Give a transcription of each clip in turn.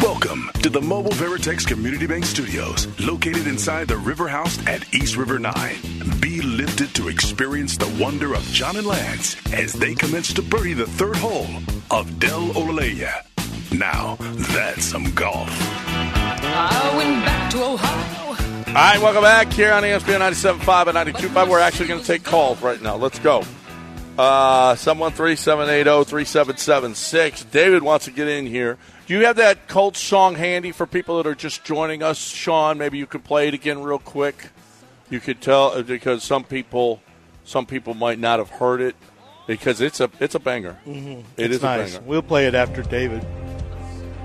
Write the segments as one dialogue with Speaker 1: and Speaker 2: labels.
Speaker 1: to the Mobile Veritex Community Bank Studios, located inside the River House at East River 9. Be lifted to experience the wonder of John and Lance as they commence to birdie the third hole of Del Olaleya. Now, that's some golf.
Speaker 2: I went back to Ohio.
Speaker 3: All right, welcome back here on E ESPN 97.5 and 92.5. We're actually going to take calls right now. Let's go. Uh, someone oh, 3780-3776. David wants to get in here. Do you have that Colts song handy for people that are just joining us, Sean? Maybe you could play it again real quick. You could tell uh, because some people, some people might not have heard it because it's a it's a banger. Mm-hmm.
Speaker 4: it's nice.
Speaker 3: a banger.
Speaker 4: We'll play it after David.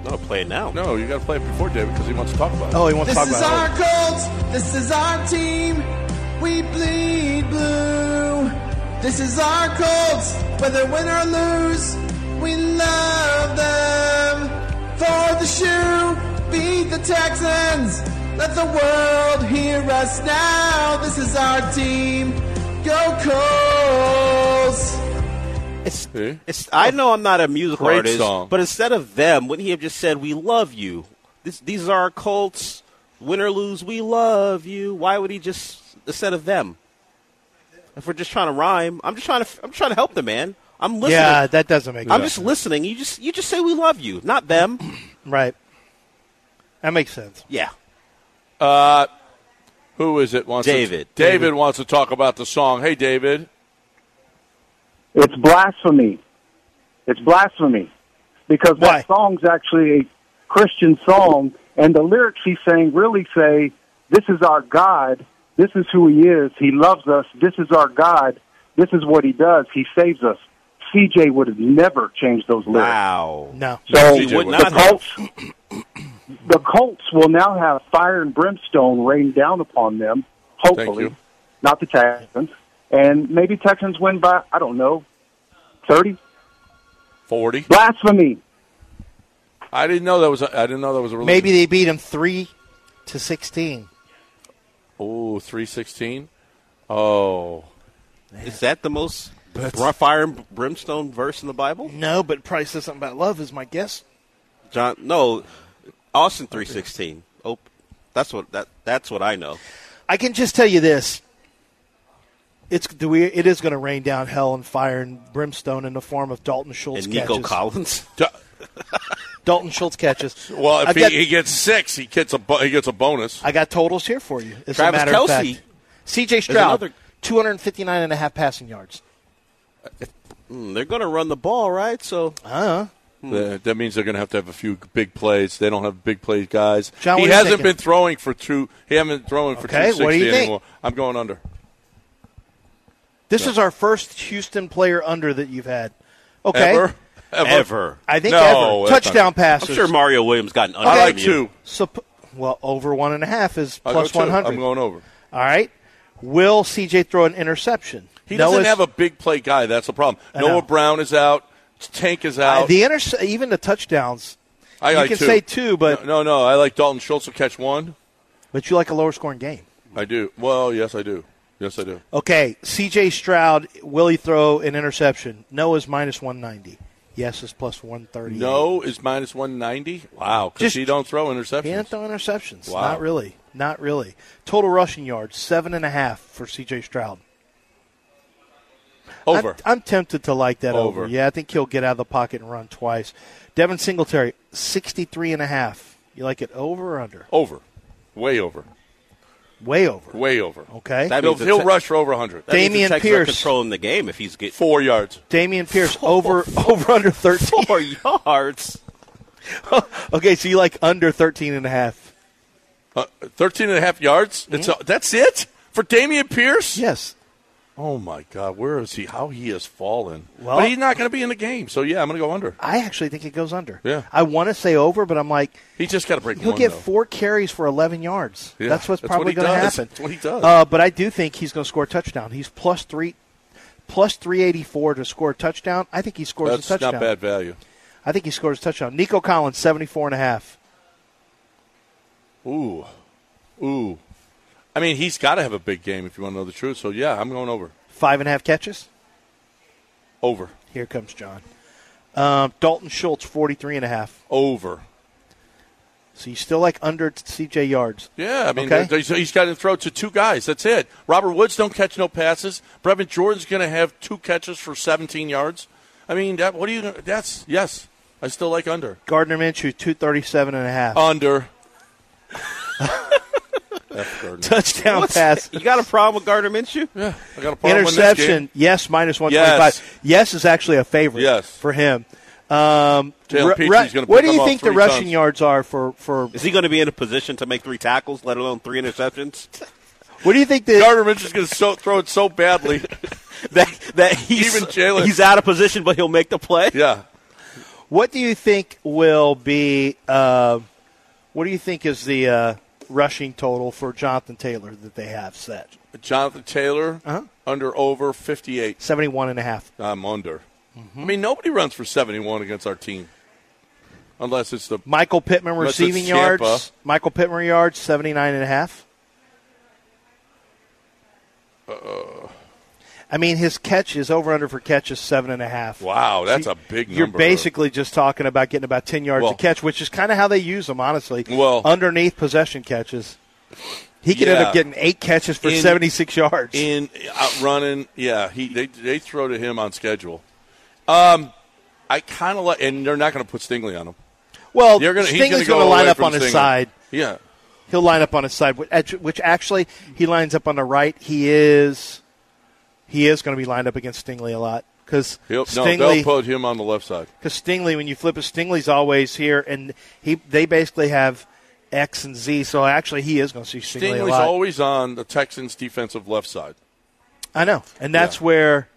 Speaker 5: No, play it now.
Speaker 3: No, you got to play it before David because he wants to talk about it.
Speaker 4: Oh, he wants
Speaker 6: This
Speaker 4: to talk
Speaker 6: is our
Speaker 4: about
Speaker 6: Colts. This is our team. We bleed blue. This is our Colts. Whether win or lose, we love them. For the shoe, beat the Texans. Let the world hear us now. This is our team. Go Colts.
Speaker 5: It's,
Speaker 3: See?
Speaker 5: it's, I know I'm not a musical
Speaker 3: Great
Speaker 5: artist,
Speaker 3: song.
Speaker 5: but instead of them, wouldn't he have just said, "We love you"? This, these are our Colts. Win or lose, we love you. Why would he just instead of them? If we're just trying to rhyme, I'm just trying to. I'm trying to help the man. I'm
Speaker 4: it.
Speaker 5: listening.
Speaker 4: Yeah, that doesn't make.
Speaker 5: I'm
Speaker 4: sense.
Speaker 5: just listening. You just you just say we love you, not them.
Speaker 4: right. That makes sense.
Speaker 5: Yeah.
Speaker 3: Who is it? Wants
Speaker 5: David.
Speaker 3: To, David. wants to talk about the song. Hey, David.
Speaker 7: It's blasphemy. It's blasphemy because
Speaker 4: Why?
Speaker 7: that song's actually a Christian song, and the lyrics he's saying really say, "This is our God. This is who He is. He loves us. This is our God. This is what He does. He saves us." CJ would have never changed those lyrics.
Speaker 5: Wow.
Speaker 4: No.
Speaker 7: So
Speaker 3: He would
Speaker 7: the
Speaker 5: not have.
Speaker 7: Colts, the Colts will now have fire and brimstone rain down upon them. Hopefully,
Speaker 3: you.
Speaker 7: not the Texans, and maybe Texans win by I don't know thirty.
Speaker 3: Forty.
Speaker 7: Blasphemy.
Speaker 3: I didn't know that was. A, I didn't know that was a religion.
Speaker 4: Maybe they beat him three to sixteen.
Speaker 3: Oh, 316? Oh.
Speaker 5: Is that the most rough fire and brimstone verse in the Bible?
Speaker 4: No, but it probably says something about love. Is my guess.
Speaker 5: John, no, Austin three sixteen. Oh, that's what that that's what I know.
Speaker 4: I can just tell you this. It's do we, it is going to rain down hell and fire and brimstone in the form of Dalton Schultz
Speaker 5: And Nico
Speaker 4: catches.
Speaker 5: Collins.
Speaker 3: D-
Speaker 4: Dalton Schultz catches.
Speaker 3: Well,
Speaker 4: I
Speaker 3: if he,
Speaker 4: got,
Speaker 3: he gets six, he gets a bo- he gets a bonus.
Speaker 4: I got totals here for you. As
Speaker 5: Travis
Speaker 4: a matter
Speaker 5: Kelce
Speaker 4: of fact, CJ Stroud,
Speaker 5: another-
Speaker 4: two hundred fifty-nine and a half passing yards.
Speaker 5: Hmm, they're going to run the ball, right? So
Speaker 4: Uh,
Speaker 3: Uh, that means they're going to have to have a few big plays. They don't have big play guys.
Speaker 4: John,
Speaker 3: he
Speaker 4: what are you
Speaker 3: hasn't
Speaker 4: thinking?
Speaker 3: been throwing for two. He haven't been throwing for
Speaker 4: Okay,
Speaker 3: 260
Speaker 4: what do you think?
Speaker 3: anymore. I'm going under.
Speaker 4: this is our first Houston player under that you've had. Okay,
Speaker 3: Ever? Ever?
Speaker 5: ever,
Speaker 4: I think
Speaker 3: No,
Speaker 4: ever
Speaker 3: that's
Speaker 4: touchdown
Speaker 3: not-
Speaker 4: passes.
Speaker 5: I'm sure Mario Williams got an under
Speaker 3: I
Speaker 5: from
Speaker 3: like
Speaker 5: you.
Speaker 3: two.
Speaker 4: Supp- well, over one and a half is
Speaker 3: I'll
Speaker 4: plus
Speaker 3: go two.
Speaker 4: one hundred.
Speaker 3: I'm going over.
Speaker 4: All right. Will CJ throw an interception? Uh,
Speaker 3: He
Speaker 4: No,
Speaker 3: doesn't
Speaker 4: it's-
Speaker 3: have a big play guy. That's the problem.
Speaker 4: I know.
Speaker 3: Noah Brown is out. Tank is
Speaker 4: Uh,
Speaker 3: out.
Speaker 4: the inter- even the touchdowns.
Speaker 3: I
Speaker 4: you
Speaker 3: like
Speaker 4: can
Speaker 3: two.
Speaker 4: say two, but
Speaker 3: no, no, no. I like Dalton Schultz will catch one.
Speaker 4: but you like a lower scoring game.
Speaker 3: I do. Well, yes, I do. Yes, I do.
Speaker 4: Okay, CJ Stroud will he throw an interception? No is minus one ninety. Yes is plus one thirty.
Speaker 3: No is minus 190. Wow, because
Speaker 4: Just-
Speaker 3: he don't throw interceptions.
Speaker 4: he didn't throw interceptions.
Speaker 3: Wow.
Speaker 4: Not really. Not really. Total rushing yards seven and a half for CJ Stroud.
Speaker 3: Over.
Speaker 4: I'm, I'm tempted to like that over.
Speaker 3: Over.
Speaker 4: Yeah, I think he'll get out of the pocket and run twice. Devin Singletary, 63 and a half. You like it over or under?
Speaker 3: Over. Way over.
Speaker 4: Way over.
Speaker 3: Way over.
Speaker 4: Okay.
Speaker 5: That
Speaker 3: He'll,
Speaker 5: means the
Speaker 3: he'll
Speaker 5: Tex-
Speaker 3: rush for over 100.
Speaker 5: That means the
Speaker 4: Damian
Speaker 5: Texans
Speaker 4: Pierce.
Speaker 5: are controlling the game if he's get
Speaker 3: Four yards.
Speaker 4: Damian Pierce over over under 13.
Speaker 5: four yards.
Speaker 4: okay, so you like under 13 and a half.
Speaker 3: Uh, 13 and a half yards? It's uh that's it? For Damian Pierce?
Speaker 4: Yes.
Speaker 3: Oh, my God. Where is he? How he has fallen.
Speaker 4: Well-
Speaker 3: but he's not going to be in the game. So, yeah, I'm going to go under.
Speaker 4: I actually think it goes under.
Speaker 3: Yeah.
Speaker 4: I want to say over, but I'm like
Speaker 3: He's just got to break
Speaker 4: he'll
Speaker 3: one,
Speaker 4: get
Speaker 3: though.
Speaker 4: four carries for 11 yards.
Speaker 3: Yeah,
Speaker 4: that's what's
Speaker 3: that's what
Speaker 4: probably
Speaker 3: he
Speaker 4: going to
Speaker 3: does.
Speaker 4: happen.
Speaker 3: That's what he does.
Speaker 4: Uh, but I do think he's going to score a touchdown. He's plus 3 plus 384 to score a touchdown. I think he scores
Speaker 3: That's
Speaker 4: a touchdown.
Speaker 3: not bad value.
Speaker 4: I think he scores a touchdown. Nico Collins, 74 and a half.
Speaker 3: Ooh. Ooh. I mean, he's got to have a big game if you want to know the truth. So, yeah, I'm going over.
Speaker 4: Five and a half catches.
Speaker 3: Over.
Speaker 4: Here comes John. Um, Dalton Schultz, 43 and a half.
Speaker 3: Over.
Speaker 4: So you still like under CJ yards.
Speaker 3: Yeah, I mean,
Speaker 4: Okay.
Speaker 3: they- they- he's got to throw to two guys. That's it. Robert Woods don't catch no passes. Brevin Jordan's going to have two catches for 17 yards. I mean, that what do you? That's yes. I still like under.
Speaker 4: Gardner Minshew, 237 and a half.
Speaker 3: Under. F Gardner.
Speaker 4: Touchdown pass.
Speaker 5: You got a problem with Gardner Minshew?
Speaker 3: Yeah, I got a problem with this game.
Speaker 4: Interception, yes, minus 125. Yes. is actually a favorite
Speaker 3: Yes.
Speaker 4: for him. Um,
Speaker 3: Jalen
Speaker 4: Ru-
Speaker 3: Petrie's
Speaker 4: Ru-
Speaker 3: gonna
Speaker 4: what
Speaker 3: pick
Speaker 4: do
Speaker 3: him
Speaker 4: you
Speaker 3: off
Speaker 4: think the
Speaker 3: three
Speaker 4: rushing
Speaker 3: times.
Speaker 4: yards are for, for
Speaker 5: Is he going to be in a position to make three tackles, let alone three interceptions?
Speaker 4: what do you think the
Speaker 3: Gardner Mitchell's going to so, throw it so badly.
Speaker 5: that that he's
Speaker 3: Even Jalen-
Speaker 5: he's out of position, but he'll make the play.
Speaker 3: yeah.
Speaker 4: What do you think will be? Uh, what do you think is the uh, rushing total for Jonathan Taylor that they have set?
Speaker 3: Jonathan Taylor
Speaker 4: Uh-huh.
Speaker 3: under over 58.
Speaker 4: Seventy-one and a half.
Speaker 3: I'm under.
Speaker 4: Mm-hmm.
Speaker 3: I mean, nobody runs for 71 against our team, unless it's the
Speaker 4: Michael Pittman
Speaker 3: Unless it's
Speaker 4: receiving
Speaker 3: Tampa.
Speaker 4: yards. Michael Pittman yards seventy-nine and a half. I mean, his catch is over under for catches seven and a half.
Speaker 3: Wow, that's
Speaker 4: So
Speaker 3: a big
Speaker 4: You're
Speaker 3: number.
Speaker 4: basically just talking about getting about ten yards
Speaker 3: Well-
Speaker 4: a catch, which is kind of how they use them, honestly.
Speaker 3: Well-
Speaker 4: underneath possession catches, he could end
Speaker 3: Yeah.
Speaker 4: up getting eight catches for
Speaker 3: In-
Speaker 4: seventy six yards.
Speaker 3: in out running. Yeah, he they they throw to him on schedule. Um, I kind of like, and they're not going to put Stingley on him.
Speaker 4: well,
Speaker 3: They're gonna, he's
Speaker 4: Stingley's
Speaker 3: go
Speaker 4: going to line
Speaker 3: away
Speaker 4: up
Speaker 3: from
Speaker 4: on his
Speaker 3: Stingley.
Speaker 4: side.
Speaker 3: Yeah,
Speaker 4: He'll line up on his side, which act- which actually he lines up on the right. He is he is going to be lined up against Stingley a lot because
Speaker 3: He'll- no,
Speaker 4: Stingley
Speaker 3: they'll put him on the left side.
Speaker 4: because Stingley, when you flip it, Stingley's always here, and he they basically have X and Z. So actually, he is going to see Stingley a
Speaker 3: Stingley's
Speaker 4: lot.
Speaker 3: always on the Texans' defensive left side,
Speaker 4: I know, and that's
Speaker 3: Yeah.
Speaker 4: where.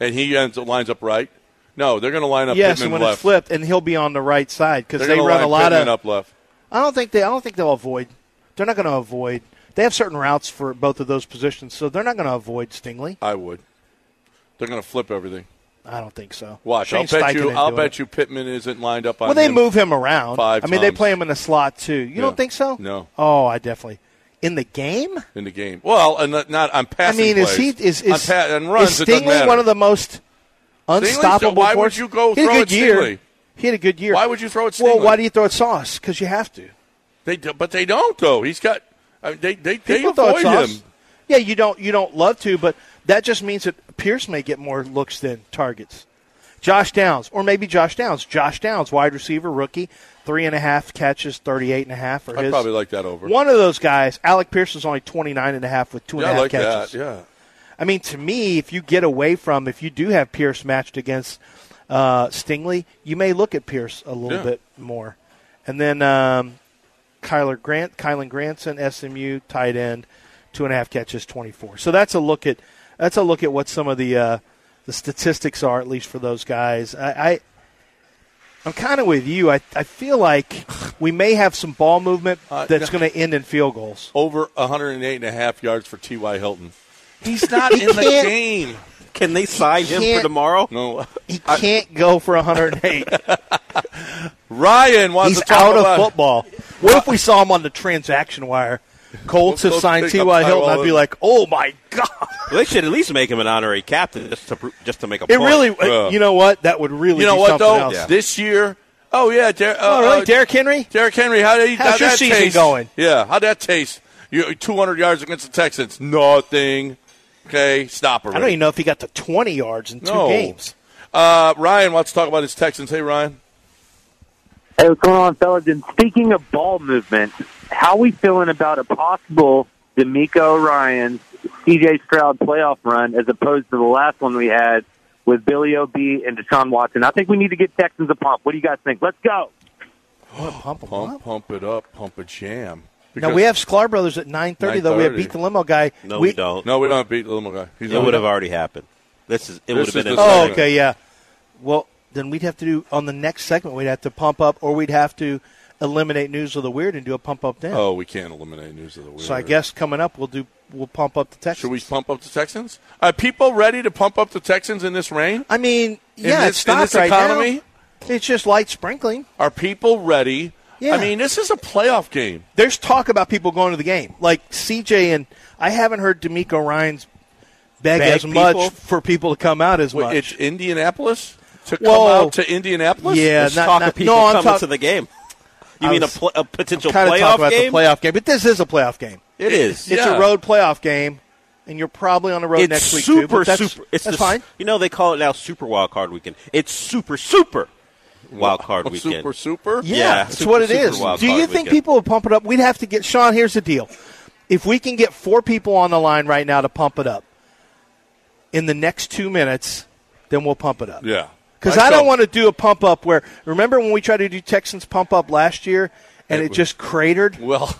Speaker 3: and he ends up lines up right. No, they're going to line up
Speaker 4: Yes, and
Speaker 3: Pittman
Speaker 4: when
Speaker 3: left.
Speaker 4: it's flipped, and he'll be on the right side because
Speaker 3: they're
Speaker 4: they
Speaker 3: gonna
Speaker 4: run
Speaker 3: line
Speaker 4: a lot
Speaker 3: Pittman
Speaker 4: of.
Speaker 3: up left.
Speaker 4: I don't think they. I don't think they'll avoid. They're not going to avoid. They have certain routes for both of those positions, so they're not going to avoid Stingley.
Speaker 3: I would. They're going to flip everything.
Speaker 4: I don't think so.
Speaker 3: Watch,
Speaker 4: Shane
Speaker 3: I'll bet
Speaker 4: Steichen
Speaker 3: you.
Speaker 4: didn't
Speaker 3: I'll
Speaker 4: do
Speaker 3: bet
Speaker 4: it.
Speaker 3: you Pittman isn't lined up on.
Speaker 4: Well, they
Speaker 3: him.
Speaker 4: move him around.
Speaker 3: five
Speaker 4: I mean, they
Speaker 3: times.
Speaker 4: play him in the slot too. You
Speaker 3: Yeah.
Speaker 4: don't think so?
Speaker 3: No.
Speaker 4: Oh, I definitely. In the game?
Speaker 3: in the game. Well, and not, not on
Speaker 4: I
Speaker 3: passing.
Speaker 4: mean, is he
Speaker 3: plays.
Speaker 4: is
Speaker 3: on
Speaker 4: is,
Speaker 3: pa- on runs?
Speaker 4: is
Speaker 3: it doesn't
Speaker 4: Stingley
Speaker 3: matter.
Speaker 4: one of the most
Speaker 3: so
Speaker 4: unstoppable?
Speaker 3: why would
Speaker 4: forces?
Speaker 3: you go
Speaker 4: He had a
Speaker 3: throw
Speaker 4: good
Speaker 3: at
Speaker 4: year.
Speaker 3: Stingley?
Speaker 4: He had a good year.
Speaker 3: Why would you throw at
Speaker 4: Well,
Speaker 3: Stingley?
Speaker 4: why do you throw at Sauce? Because you have to.
Speaker 3: They do, but they don't though. He's got. I mean, they they they
Speaker 4: People thought
Speaker 3: avoid
Speaker 4: Sauce-
Speaker 3: him.
Speaker 4: Yeah, you don't you don't love to, but that just means that Pierce may get more looks than targets. Josh Downs, or maybe Josh Downs. Josh Downs, wide receiver, rookie, three and a half catches, thirty-eight and a half. Or
Speaker 3: I'd
Speaker 4: his.
Speaker 3: probably like that over.
Speaker 4: One of those guys, Alec Pierce, is only twenty-nine and a half with two
Speaker 3: yeah,
Speaker 4: and a
Speaker 3: I
Speaker 4: half
Speaker 3: like
Speaker 4: catches.
Speaker 3: that. Yeah,
Speaker 4: I mean, to me, if you get away from, if you do have Pierce matched against uh, Stingley, you may look at Pierce a little
Speaker 3: Yeah.
Speaker 4: bit more. And then um, Kyler Grant, Kylan Granson, SMU tight end, two and a half catches, twenty-four. So that's a look at that's a look at what some of the uh, the statistics are, at least for those guys. I. I I'm kind of with you. I, I feel like we may have some ball movement
Speaker 3: Uh,
Speaker 4: that's
Speaker 3: no.
Speaker 4: going to end in field goals.
Speaker 3: over 108 and a half yards for T. Y. Hilton. He's not in the
Speaker 4: can't-
Speaker 3: game.
Speaker 5: Can they sign him for
Speaker 4: can't-
Speaker 5: tomorrow?
Speaker 3: No,
Speaker 4: He can't go for 108.
Speaker 3: Ryan wants
Speaker 4: He's
Speaker 3: to talk
Speaker 4: out
Speaker 3: about-
Speaker 4: of football. What if we saw him on the transaction wire? Colts have
Speaker 3: Colts
Speaker 4: signed
Speaker 3: pick up
Speaker 4: T.Y. Hilton.
Speaker 3: Tyrell
Speaker 4: I'd be
Speaker 3: Williams.
Speaker 4: like, oh my god!
Speaker 5: They should at least make him an honorary captain just to pro- just to make a
Speaker 4: It
Speaker 5: point.
Speaker 4: really,
Speaker 3: Yeah.
Speaker 4: you know what? That would really,
Speaker 3: You know
Speaker 4: be
Speaker 3: what
Speaker 4: something
Speaker 3: though?
Speaker 4: Else.
Speaker 3: This year. Oh yeah, Der- uh,
Speaker 4: Oh, really,
Speaker 3: uh,
Speaker 4: Derrick Henry?
Speaker 3: Derrick Henry, how did
Speaker 4: How's
Speaker 3: how'd
Speaker 4: your
Speaker 3: that
Speaker 4: season
Speaker 3: taste?
Speaker 4: going?
Speaker 3: Yeah, how'd that taste? You 200 yards against the Texans, nothing. Okay, stop already.
Speaker 4: I don't even know if he got to 20 yards in two
Speaker 3: No.
Speaker 4: games.
Speaker 3: Uh, Ryan wants to talk about his Texans. Hey, Ryan.
Speaker 8: Hey, what's going on, fellas? And speaking of ball movement, how we feeling about a possible D'Amico Ryan, CJ Stroud playoff run as opposed to the last one we had with Billy O'B and Deshaun Watson? I think we need to get Texans a pump. What do you guys think? Let's go.
Speaker 4: What, pump him
Speaker 3: Pump,
Speaker 4: up?
Speaker 3: pump it up, pump a jam.
Speaker 4: Now we have Sklar brothers at 9:30 though. We have
Speaker 3: 9:30.
Speaker 4: beat the limo guy.
Speaker 5: No, we, don't.
Speaker 3: no, we don't beat the little guy. He's
Speaker 5: It would have already happened. This is it
Speaker 3: This
Speaker 5: would have
Speaker 3: is
Speaker 5: been. in
Speaker 3: the
Speaker 4: Oh,
Speaker 5: Sunday.
Speaker 3: segment.
Speaker 4: okay, yeah. Well, then we'd have to do on the next segment. We'd have to pump up, or we'd have to eliminate news of the weird and do a pump up then.
Speaker 3: Oh, we can't eliminate news of the week.
Speaker 4: so I guess coming up we'll do we'll pump up the Texans.
Speaker 3: should we pump up the Texans? Are people ready to pump up the Texans in this rain?
Speaker 4: I mean, yeah,
Speaker 3: this-
Speaker 4: it's stock
Speaker 3: in this
Speaker 4: right
Speaker 3: economy?
Speaker 4: now. It's just light sprinkling.
Speaker 3: Are people ready?
Speaker 4: Yeah.
Speaker 3: I mean, this is a playoff game.
Speaker 4: There's talk about people going to the game, like CJ and I haven't heard D'Amico Ryan's beg,
Speaker 5: Beg
Speaker 4: as much
Speaker 5: people?
Speaker 4: for people to come out as
Speaker 3: Wait,
Speaker 4: much.
Speaker 3: It's Indianapolis to come
Speaker 4: Whoa.
Speaker 3: out to Indianapolis.
Speaker 4: Yeah,
Speaker 5: Let's
Speaker 4: not-
Speaker 5: talk
Speaker 4: not-
Speaker 5: of people
Speaker 4: no, I'm
Speaker 5: coming
Speaker 4: talk-
Speaker 5: to the game. You
Speaker 4: I
Speaker 5: mean a,
Speaker 4: was-
Speaker 5: pl- a potential
Speaker 4: kind of
Speaker 5: playoff
Speaker 4: talk about
Speaker 5: game?
Speaker 4: the playoff game, but this is a playoff game.
Speaker 5: It is.
Speaker 4: It's
Speaker 3: Yeah.
Speaker 4: a road playoff game, and you're probably on the road
Speaker 5: it's
Speaker 4: next week
Speaker 5: super
Speaker 4: too. But that's,
Speaker 5: super. It's
Speaker 4: that's
Speaker 5: the, s-
Speaker 4: fine.
Speaker 5: You know they call it now Super Wild Card Weekend. It's super super Wild Card Weekend.
Speaker 3: Super, super.
Speaker 4: Yeah,
Speaker 5: Yeah,
Speaker 4: it's
Speaker 5: super-
Speaker 4: what it
Speaker 5: super
Speaker 4: is.
Speaker 5: wild
Speaker 4: Do you
Speaker 5: card
Speaker 4: think
Speaker 5: weekend.
Speaker 4: people would pump it up? We'd have to get Sean. Here's the deal: if we can get four people on the line right now to pump it up in the next two minutes, then we'll pump it up.
Speaker 3: Yeah.
Speaker 4: Because
Speaker 3: I
Speaker 4: I
Speaker 3: don't-
Speaker 4: don't want to do a pump up where. Remember when we tried to do Texans pump up last year and it,
Speaker 3: was-
Speaker 4: just cratered?
Speaker 3: Well,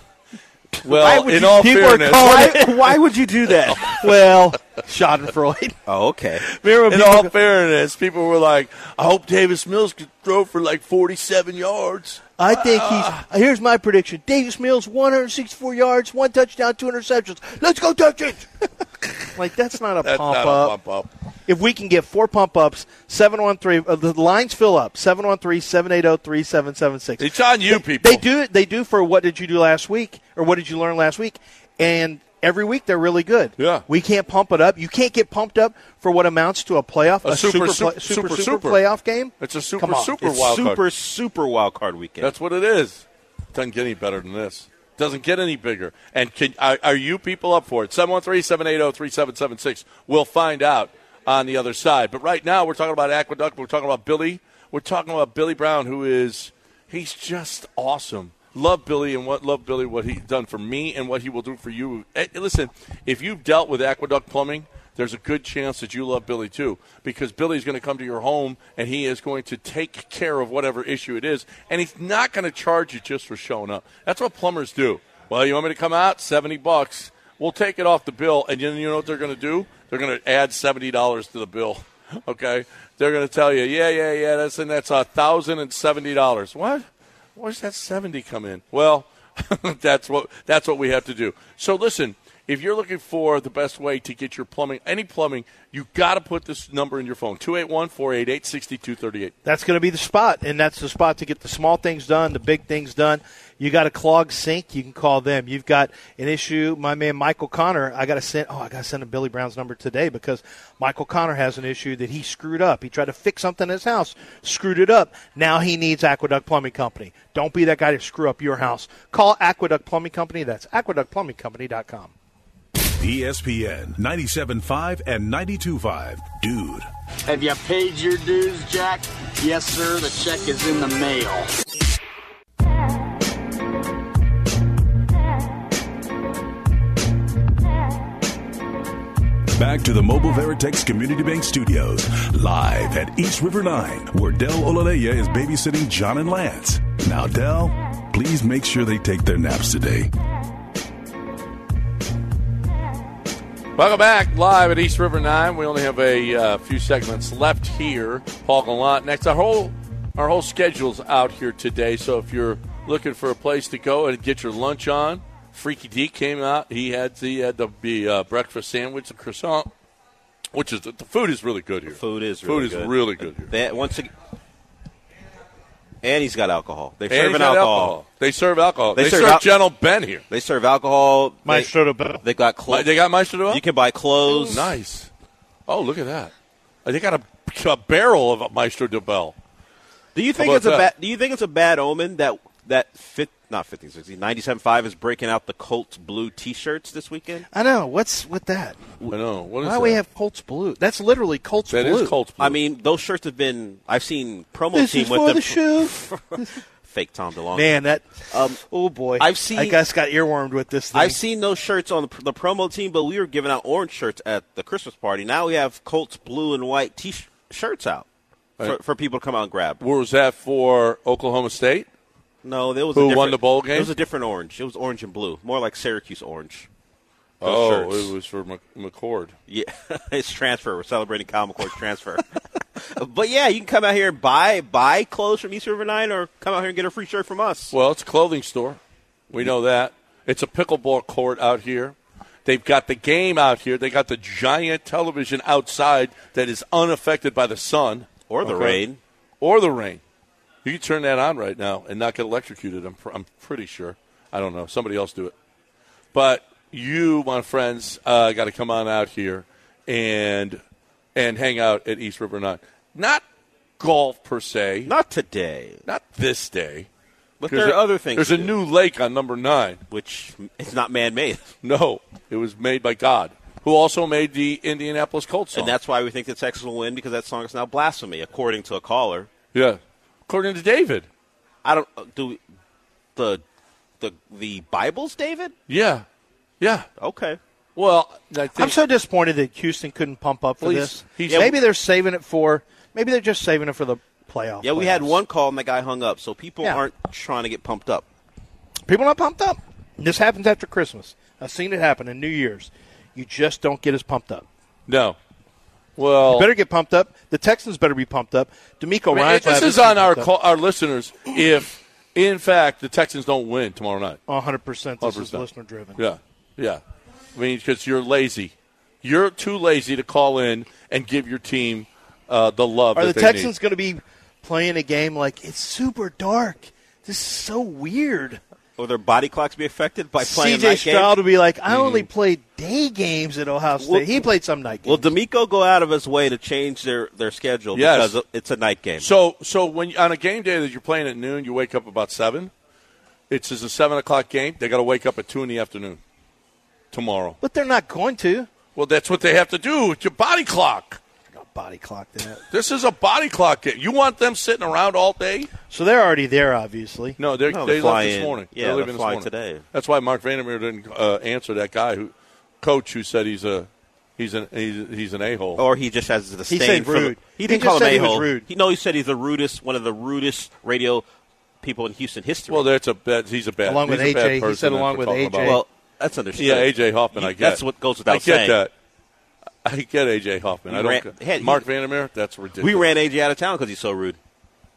Speaker 4: Why
Speaker 3: well,
Speaker 4: would
Speaker 3: in
Speaker 4: you-
Speaker 3: all
Speaker 4: people are
Speaker 3: fairness,
Speaker 4: calling-
Speaker 5: why, why would you do that?
Speaker 4: well, Schadenfreude.
Speaker 5: oh, okay.
Speaker 4: Remember
Speaker 3: in
Speaker 4: when people
Speaker 3: all fairness, people were like, "I hope Davis Mills could throw for like 47 yards."
Speaker 4: I think he's. Here's my prediction: Davis Mills, 164 yards, one touchdown, two interceptions. Let's go Texans! like that's not a
Speaker 3: That's
Speaker 4: pump
Speaker 3: not
Speaker 4: up.
Speaker 3: a pump up.
Speaker 4: If we can get four pump ups, seven one three. Uh, the lines fill up. Seven one three, seven eight zero three, seven seven six.
Speaker 3: It's on you, people.
Speaker 4: They do. They do for what did you do last week, or what did you learn last week, and. Every week they're really good.
Speaker 3: Yeah.
Speaker 4: we can't pump it up. You can't get pumped up for what amounts to a playoff,
Speaker 3: A super,
Speaker 4: pla-
Speaker 3: super,
Speaker 4: super,
Speaker 3: super,
Speaker 4: super,
Speaker 3: super.
Speaker 4: playoff game.
Speaker 3: It's a super,
Speaker 4: Come on.
Speaker 3: super
Speaker 5: It's
Speaker 3: wild
Speaker 5: super
Speaker 3: card.
Speaker 5: super Wild Card Weekend.
Speaker 3: That's what it is. Doesn't get any better than this. Doesn't get any bigger. And can, are, are you people up for it? oh, 713-780-3776. We'll find out on the other side. But right now we're talking about Aqueduct. We're talking about Billy. We're talking about Billy Brown, who is he's just awesome. Love Billy and what love Billy what he's done for me and what he will do for you. Eh, Listen, if you've dealt with Aqueduct Plumbing, there's a good chance that you love Billy too, because Billy's going to come to your home and he is going to take care of whatever issue it is, and he's not going to charge you just for showing up. That's what plumbers do. Well, you want me to come out? Seventy bucks. We'll take it off the bill, and then you know what they're going to do? They're going to add seventy dollars to the bill. Okay, they're going to tell you, yeah, yeah, yeah, that's and that's a thousand and seventy dollars. What? Where's that 70 come in? Well, that's what that's what we have to do. So listen, if you're looking for the best way to get your plumbing, any plumbing, you got to put this number in your phone 281-488-6238.
Speaker 4: That's going to be the spot, and that's the spot to get the small things done, the big things done. You got a clogged sink, you can call them. You've got an issue, my man Michael Connor. I got to send. Oh, I got to send him Billy Brown's number today because Michael Connor has an issue that he screwed up. He tried to fix something in his house, screwed it up. Now he needs Aqueduct Plumbing Company. Don't be that guy to screw up your house. Call Aqueduct Plumbing Company. That's aqueductplumbingcompany.com.
Speaker 1: ESPN 97.5 and 92.5. Dude.
Speaker 9: Have you paid your dues, Jack? Yes, sir. The check is in the mail.
Speaker 1: Back to the Mobile Veritex Community Bank Studios, live at East River 9, where Dell Olaleya is babysitting John and Lance. Now, Dell, please make sure they take their naps today.
Speaker 3: Welcome back, live at East River 9. We only have a uh, few segments left here. Paul Gallant next. Our whole our whole schedule's out here today, so if you're looking for a place to go and get your lunch on, Freaky D came out. He had the, had the, the uh, breakfast sandwich, the croissant, which is the food is really good here.
Speaker 5: Food is
Speaker 3: food
Speaker 5: really
Speaker 3: is
Speaker 5: good.
Speaker 3: really good here.
Speaker 5: That once again. And he's got alcohol. They
Speaker 3: And
Speaker 5: serve
Speaker 3: he's
Speaker 5: an
Speaker 3: got
Speaker 5: alcohol.
Speaker 3: They serve alcohol. They,
Speaker 5: They serve
Speaker 3: serve
Speaker 5: al-
Speaker 3: Gentle Ben here.
Speaker 5: They serve alcohol.
Speaker 4: Maestro
Speaker 5: they,
Speaker 4: de Bell.
Speaker 5: They got clothes.
Speaker 3: They got Maestro.
Speaker 5: You can buy clothes.
Speaker 3: Nice. Oh, look at that. They got a, a barrel of Maestro de Bell.
Speaker 5: Do you think
Speaker 3: about
Speaker 5: it's a
Speaker 3: that?
Speaker 5: bad? Do you think it's a bad omen that that fit not 15, 16, 97.5 is breaking out the Colts blue T-shirts this weekend?
Speaker 4: I know what's with that.
Speaker 3: I know. What is
Speaker 4: Why
Speaker 3: that?
Speaker 4: we have Colts blue? That's literally Colts
Speaker 3: That
Speaker 4: blue.
Speaker 3: is Colts blue.
Speaker 5: I mean, those shirts have been. I've seen promo
Speaker 4: This
Speaker 5: team
Speaker 4: is
Speaker 5: with
Speaker 4: for
Speaker 5: them.
Speaker 4: the shoe.
Speaker 5: Fake Tom DeLonge.
Speaker 4: Oh, Man, that
Speaker 5: Um,
Speaker 4: oh boy,
Speaker 5: I've seen-
Speaker 4: I guess got earwormed with this thing.
Speaker 5: I've seen those shirts on the, pr- the promo team, but we were giving out orange shirts at the Christmas party. Now we have Colts blue and white T-shirts out for,
Speaker 3: Right.
Speaker 5: for people to come out and grab.
Speaker 3: Where was that for Oklahoma State?
Speaker 5: No, there was
Speaker 3: Who
Speaker 5: a
Speaker 3: won
Speaker 5: different-
Speaker 3: the bowl game?
Speaker 5: It was a different orange. It was orange and blue, more like Syracuse orange. Those
Speaker 3: oh,
Speaker 5: shirts.
Speaker 3: it was for Mc- McCord.
Speaker 5: Yeah, his transfer. We're celebrating Common Core's transfer. but yeah, you can come out here and buy buy clothes from East River Nine, or come out here and get a free shirt from us.
Speaker 3: Well, it's a clothing store. We know that. It's a pickleball court out here. They've got the game out here. They got the giant television outside that is unaffected by the sun
Speaker 5: Or the rain.
Speaker 3: Or the rain. You can turn that on right now and not get electrocuted. I'm, pr- I'm pretty sure. I don't know. Somebody else do it. But you, my friends, uh, got to come on out here and and hang out at East River Nine. Not golf per se.
Speaker 5: Not today.
Speaker 3: not this day.
Speaker 5: But
Speaker 3: There's
Speaker 5: there are
Speaker 3: a-
Speaker 5: other things.
Speaker 3: There's
Speaker 5: to
Speaker 3: a
Speaker 5: do,
Speaker 3: new lake on number nine.
Speaker 5: which it's not man-made,
Speaker 3: No, it was made by God, who also made the Indianapolis Colts song.
Speaker 5: and that's why we think the Texans will win because that song is now blasphemy, according to a caller.
Speaker 3: yeah, according to David.
Speaker 5: I don't uh, do the the the Bible's David.
Speaker 3: Yeah, yeah.
Speaker 5: Okay,
Speaker 3: Well, I think
Speaker 4: I'm so disappointed that Houston couldn't pump up for
Speaker 3: Well, he's-
Speaker 4: this.
Speaker 3: he's-
Speaker 4: maybe they're saving it for. Maybe they're just saving it for the playoff.
Speaker 5: yeah, we had
Speaker 4: playoffs.
Speaker 5: one call and the guy hung up, so people
Speaker 4: Yeah.
Speaker 5: aren't trying to get pumped up.
Speaker 4: People not pumped up. This happens after Christmas. I've seen it happen in New Year's. You just don't get as pumped up.
Speaker 3: no. Well,
Speaker 4: Better get pumped up. The Texans better be pumped up. D'Amico
Speaker 3: I mean,
Speaker 4: Ryan.
Speaker 3: this is on our call, our listeners. If in fact the Texans don't win tomorrow night,
Speaker 4: 100. percent This is
Speaker 3: 100%.
Speaker 4: listener driven.
Speaker 3: Yeah, yeah. I mean, because you're lazy. You're too lazy to call in and give your team uh, the love.
Speaker 4: Are the
Speaker 3: that they need.
Speaker 4: Texans going to be playing a game like it's super dark? This is so weird.
Speaker 5: Will their body clocks be affected by playing
Speaker 4: CJ
Speaker 5: that
Speaker 4: Stroud
Speaker 5: game? Mm-hmm.
Speaker 4: will be like, I only played day games at Ohio State.
Speaker 5: Well-
Speaker 4: he played some night games.
Speaker 5: Will D'Amico go out of his way to change their, their schedule
Speaker 3: Yes.
Speaker 5: because it's a night game?
Speaker 3: So, so when on a game day that you're playing at noon, you wake up about seven. It's just a seven o'clock game. They got to wake up at two in the afternoon tomorrow.
Speaker 4: but they're not going to.
Speaker 3: Well, that's what they have to do. It's your body clock.
Speaker 4: Body clock that.
Speaker 3: This is a body clock game. You want them sitting around all day?
Speaker 4: So they're already there, obviously.
Speaker 3: No, they're,
Speaker 5: No,
Speaker 3: they
Speaker 5: they
Speaker 3: left
Speaker 5: fly
Speaker 3: this
Speaker 5: in.
Speaker 3: morning.
Speaker 5: Yeah,
Speaker 3: they're
Speaker 5: they
Speaker 3: leaving this
Speaker 5: fly
Speaker 3: morning.
Speaker 5: today.
Speaker 3: That's why Mark Vandermeer didn't uh, answer that guy who, coach, who said he's a, he's an, he's, he's an a hole.
Speaker 5: or he just has the disdain
Speaker 4: said
Speaker 5: for the-
Speaker 4: rude.
Speaker 5: he
Speaker 4: He
Speaker 5: didn't
Speaker 4: just
Speaker 5: call him
Speaker 4: said he
Speaker 5: a
Speaker 4: was
Speaker 5: hole.
Speaker 4: rude.
Speaker 5: no, he said he's the rudest, one of the rudest radio people in Houston history.
Speaker 3: Well, that's a bad. He's a bad.
Speaker 4: Along
Speaker 3: he's
Speaker 4: with
Speaker 3: a bad
Speaker 4: AJ, he
Speaker 3: person
Speaker 4: said
Speaker 3: that
Speaker 4: along
Speaker 3: we're
Speaker 4: with
Speaker 3: talking
Speaker 4: AJ.
Speaker 3: about.
Speaker 5: Well, that's understood.
Speaker 3: Yeah, AJ Hoffman.
Speaker 5: You-
Speaker 3: I get
Speaker 5: that's what goes without
Speaker 3: I get
Speaker 5: saying.
Speaker 3: that. I get AJ Hoffman.
Speaker 5: We
Speaker 3: I don't.
Speaker 5: ran-
Speaker 3: get-
Speaker 5: had-
Speaker 3: Mark Vandermeer. That's ridiculous.
Speaker 5: We ran AJ out of town because he's so rude.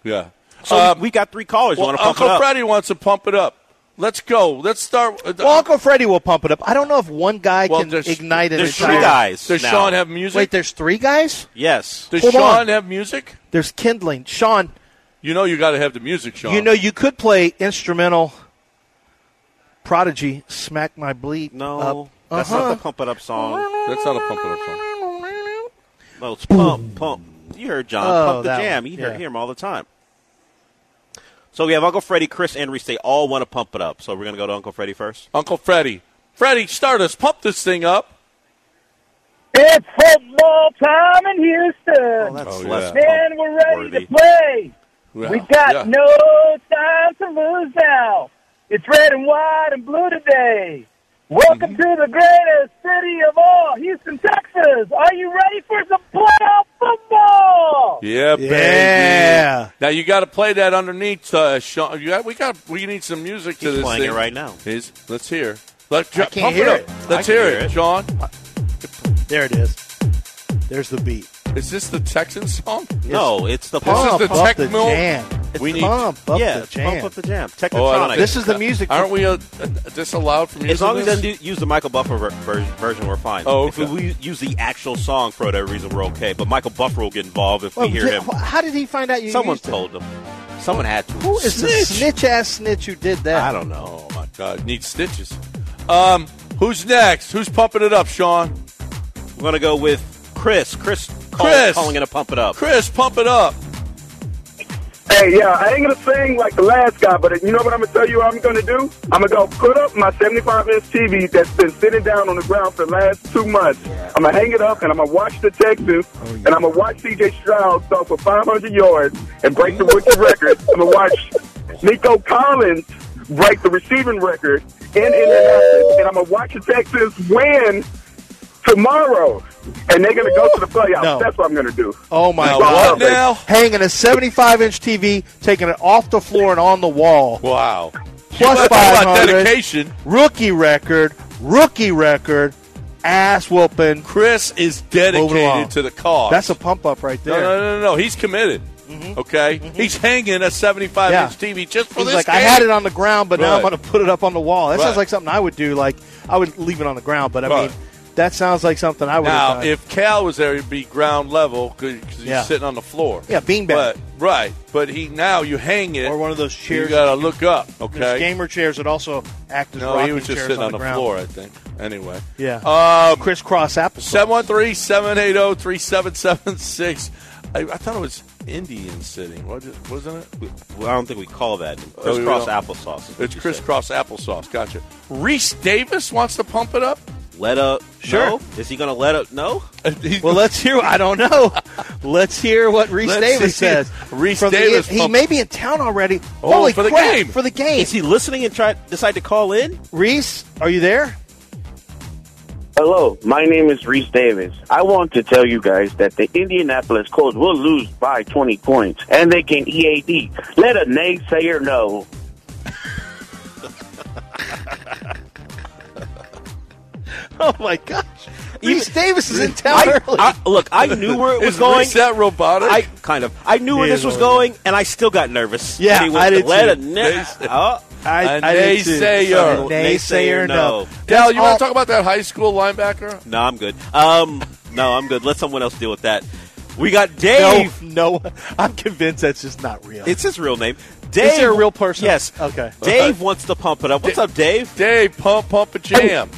Speaker 3: Yeah.
Speaker 5: So
Speaker 3: Um,
Speaker 5: we, we got three callers.
Speaker 3: well,
Speaker 5: you want to pump
Speaker 3: Uncle
Speaker 5: it up?
Speaker 3: Freddie wants to pump it up. Let's go. Let's start. uh,
Speaker 4: Well, Uncle Freddie will pump it up. I don't know if one guy
Speaker 3: Well,
Speaker 4: can
Speaker 3: there's-
Speaker 4: ignite an
Speaker 5: there's
Speaker 4: entire.
Speaker 5: three guys.
Speaker 3: Does
Speaker 5: now.
Speaker 3: Sean have music?
Speaker 4: Wait, there's three guys.
Speaker 5: Yes.
Speaker 3: Does
Speaker 4: hold
Speaker 3: Sean
Speaker 4: on.
Speaker 3: have music?
Speaker 4: There's kindling. Sean,
Speaker 3: You know you got to have the music, Sean.
Speaker 5: Uh.
Speaker 4: you know you could play instrumental. Prodigy, smack my bleep.
Speaker 5: No,
Speaker 4: up.
Speaker 5: that's
Speaker 4: Uh-huh.
Speaker 5: not the pump it up song.
Speaker 3: that's not a pump it up song.
Speaker 5: No, it's pump, pump. You heard John
Speaker 4: Oh,
Speaker 5: pump the
Speaker 4: that
Speaker 5: jam.
Speaker 4: one.
Speaker 5: You
Speaker 4: Yeah.
Speaker 5: hear him all the time. So we have Uncle Freddie, Chris, and Reese. They all want to pump it up. So we're going to go to Uncle Freddie first.
Speaker 3: Uncle Freddie. Freddie, start us. Pump this thing up.
Speaker 10: It's football time in Houston,
Speaker 5: That's
Speaker 3: Oh,
Speaker 5: less
Speaker 3: yeah.
Speaker 10: and we're ready
Speaker 5: worthy.
Speaker 10: to play.
Speaker 3: Yeah.
Speaker 10: We got
Speaker 3: Yeah.
Speaker 10: no time to lose now. It's red and white and blue today. Welcome
Speaker 3: Mm-hmm.
Speaker 10: to the greatest city of all, Houston, Texas. Are you ready for some playoff football?
Speaker 3: Yeah,
Speaker 4: Yeah.
Speaker 3: baby. Now you got to play that underneath, uh, Sean. You got, we got we need some music to
Speaker 5: He's
Speaker 3: this
Speaker 5: playing
Speaker 3: thing
Speaker 5: it right now.
Speaker 3: Is let's hear. Let
Speaker 4: can't
Speaker 3: pump
Speaker 4: hear
Speaker 3: it up.
Speaker 4: it.
Speaker 3: Let's
Speaker 5: I can
Speaker 3: hear,
Speaker 5: hear
Speaker 3: it,
Speaker 5: it.
Speaker 3: Sean.
Speaker 4: There it is. There's the beat.
Speaker 3: Is this the Texan song?
Speaker 5: No, it's the
Speaker 3: is
Speaker 5: pump.
Speaker 4: Pump
Speaker 3: the
Speaker 4: up
Speaker 3: tech
Speaker 4: the
Speaker 3: mill.
Speaker 4: jam.
Speaker 3: We need-
Speaker 4: pump up
Speaker 5: yeah,
Speaker 4: the jam.
Speaker 5: pump up the jam.
Speaker 3: Oh, I don't
Speaker 5: Technotronic.
Speaker 3: think-
Speaker 4: This is the music.
Speaker 3: Aren't we uh, uh, disallowed from using
Speaker 5: as long as
Speaker 3: this?
Speaker 5: they do- use the Michael Buffer ver- ver- version, we're fine.
Speaker 3: Oh,
Speaker 5: If
Speaker 3: okay.
Speaker 5: we u- use the actual song for whatever reason, we're okay. But Michael Buffer will get involved if
Speaker 4: Well,
Speaker 5: we hear
Speaker 4: di-
Speaker 5: him.
Speaker 4: How did he find out you
Speaker 5: Someone
Speaker 4: used it?
Speaker 5: told him. Someone had to.
Speaker 4: Who is the snitch ass snitch who did that?
Speaker 5: I don't know.
Speaker 3: Oh my God, need stitches. Um, who's next? Who's pumping it up, Sean?
Speaker 5: We're going to go with Chris. Chris, call,
Speaker 3: Chris!
Speaker 5: calling it a pump it up.
Speaker 3: Chris, pump it up.
Speaker 10: Hey, yeah, I ain't gonna sing like the last guy, but you know what I'm gonna tell you? I'm gonna do. I'm gonna go put up my 75 inch TV that's been sitting down on the ground for the last two months. I'm gonna hang it up and I'm gonna watch the Texans and I'm gonna watch CJ Stroud throw for 500 yards and break the rookie record. I'm gonna watch Nico Collins break the receiving record in Indianapolis and I'm gonna watch the Texans win tomorrow. And they're gonna go to the playoffs.
Speaker 4: No.
Speaker 10: That's what I'm gonna do.
Speaker 4: Oh my
Speaker 3: Now,
Speaker 4: god!
Speaker 3: what now?
Speaker 4: Hanging a 75 inch TV, taking it off the floor and on the wall.
Speaker 3: Wow.
Speaker 4: Plus
Speaker 3: Talk about
Speaker 4: 500.
Speaker 3: dedication.
Speaker 4: Rookie record. Rookie record. Ass whooping.
Speaker 3: Chris is
Speaker 4: Moving along.
Speaker 3: dedicated to the cause.
Speaker 4: That's a pump up right
Speaker 3: No,
Speaker 4: there. Mm-hmm.
Speaker 3: no, no, no, no. He's committed. Okay, he's hanging a 75
Speaker 4: Yeah.
Speaker 3: inch TV just for
Speaker 4: He's
Speaker 3: this
Speaker 4: like, I
Speaker 3: game.
Speaker 4: had it on the ground, but now I'm
Speaker 3: Right.
Speaker 4: going to put it up on the wall. That
Speaker 3: Right.
Speaker 4: sounds like something I would do. Like I would leave it on the ground, but I
Speaker 3: Right.
Speaker 4: mean, that sounds like something I would.
Speaker 3: Now,
Speaker 4: have done.
Speaker 3: if Cal was there, he'd be ground level because he's
Speaker 4: Yeah.
Speaker 3: sitting on the floor.
Speaker 4: Yeah, beanbag.
Speaker 3: But right, but he now you hang it
Speaker 4: or one of those
Speaker 3: You
Speaker 4: chairs,
Speaker 3: got to look up.
Speaker 4: those
Speaker 3: Okay.
Speaker 4: gamer chairs that also act as
Speaker 3: no,
Speaker 4: rocking
Speaker 3: he was just
Speaker 4: chairs
Speaker 3: sitting on
Speaker 4: the
Speaker 3: the,
Speaker 4: ground.
Speaker 3: floor, I think. Anyway.
Speaker 4: Yeah,
Speaker 3: Um, oh,
Speaker 4: crisscross apples.
Speaker 3: 713 780 3776. I, I thought it was Indian City, was it- wasn't it?
Speaker 5: Well, I don't think we call that
Speaker 3: Oh, we
Speaker 5: crisscross
Speaker 3: don't.
Speaker 5: applesauce. is what
Speaker 3: It's
Speaker 5: you
Speaker 3: crisscross applesauce. Gotcha. Reese Davis wants to pump it up.
Speaker 5: said. Let up.
Speaker 3: Sure.
Speaker 5: No? Is he going to let up? No.
Speaker 4: Well, let's hear. I don't know. Let's hear what Reese
Speaker 3: Let's
Speaker 4: Davis
Speaker 3: see.
Speaker 4: says.
Speaker 3: Reese
Speaker 4: From the- E-
Speaker 3: Davis
Speaker 4: he
Speaker 3: pump-
Speaker 4: may be in town already.
Speaker 3: Oh,
Speaker 4: Holy
Speaker 3: for the
Speaker 4: crap,
Speaker 3: game.
Speaker 4: For the game.
Speaker 5: Is he listening and try decide to call in?
Speaker 4: Reese, are you there?
Speaker 11: Hello, my name is Reese Davis. I want to tell you guys that the Indianapolis Colts will lose by 20 points, and they can EAD. Let a naysayer know.
Speaker 4: Oh my gosh. Reese Davis is in town
Speaker 5: I,
Speaker 4: early.
Speaker 5: I- look, I knew where it was
Speaker 3: Is
Speaker 5: going.
Speaker 3: Reese that robotic?
Speaker 5: I kind of. I knew where
Speaker 4: Yeah,
Speaker 5: this was
Speaker 4: well,
Speaker 5: going, and I still got nervous.
Speaker 4: Yeah,
Speaker 5: When he went
Speaker 4: I
Speaker 5: to
Speaker 4: did
Speaker 5: let
Speaker 4: too.
Speaker 5: a na- oh,
Speaker 4: I,
Speaker 3: A
Speaker 4: did too.
Speaker 3: naysayer.
Speaker 4: A Naysayer, no.
Speaker 3: Dal, you want
Speaker 4: all-
Speaker 3: to talk about that high school linebacker?
Speaker 5: no, I'm good. Um, no, I'm good. Let someone else deal with that. We got Dave.
Speaker 4: No, no. I'm convinced that's just not real.
Speaker 5: It's his real name. Dave.
Speaker 4: there a real person?
Speaker 5: Yes.
Speaker 4: Okay.
Speaker 3: Oh.
Speaker 5: Dave wants to pump it up. What's up, Dave?
Speaker 3: Dave, pump, pump a jam.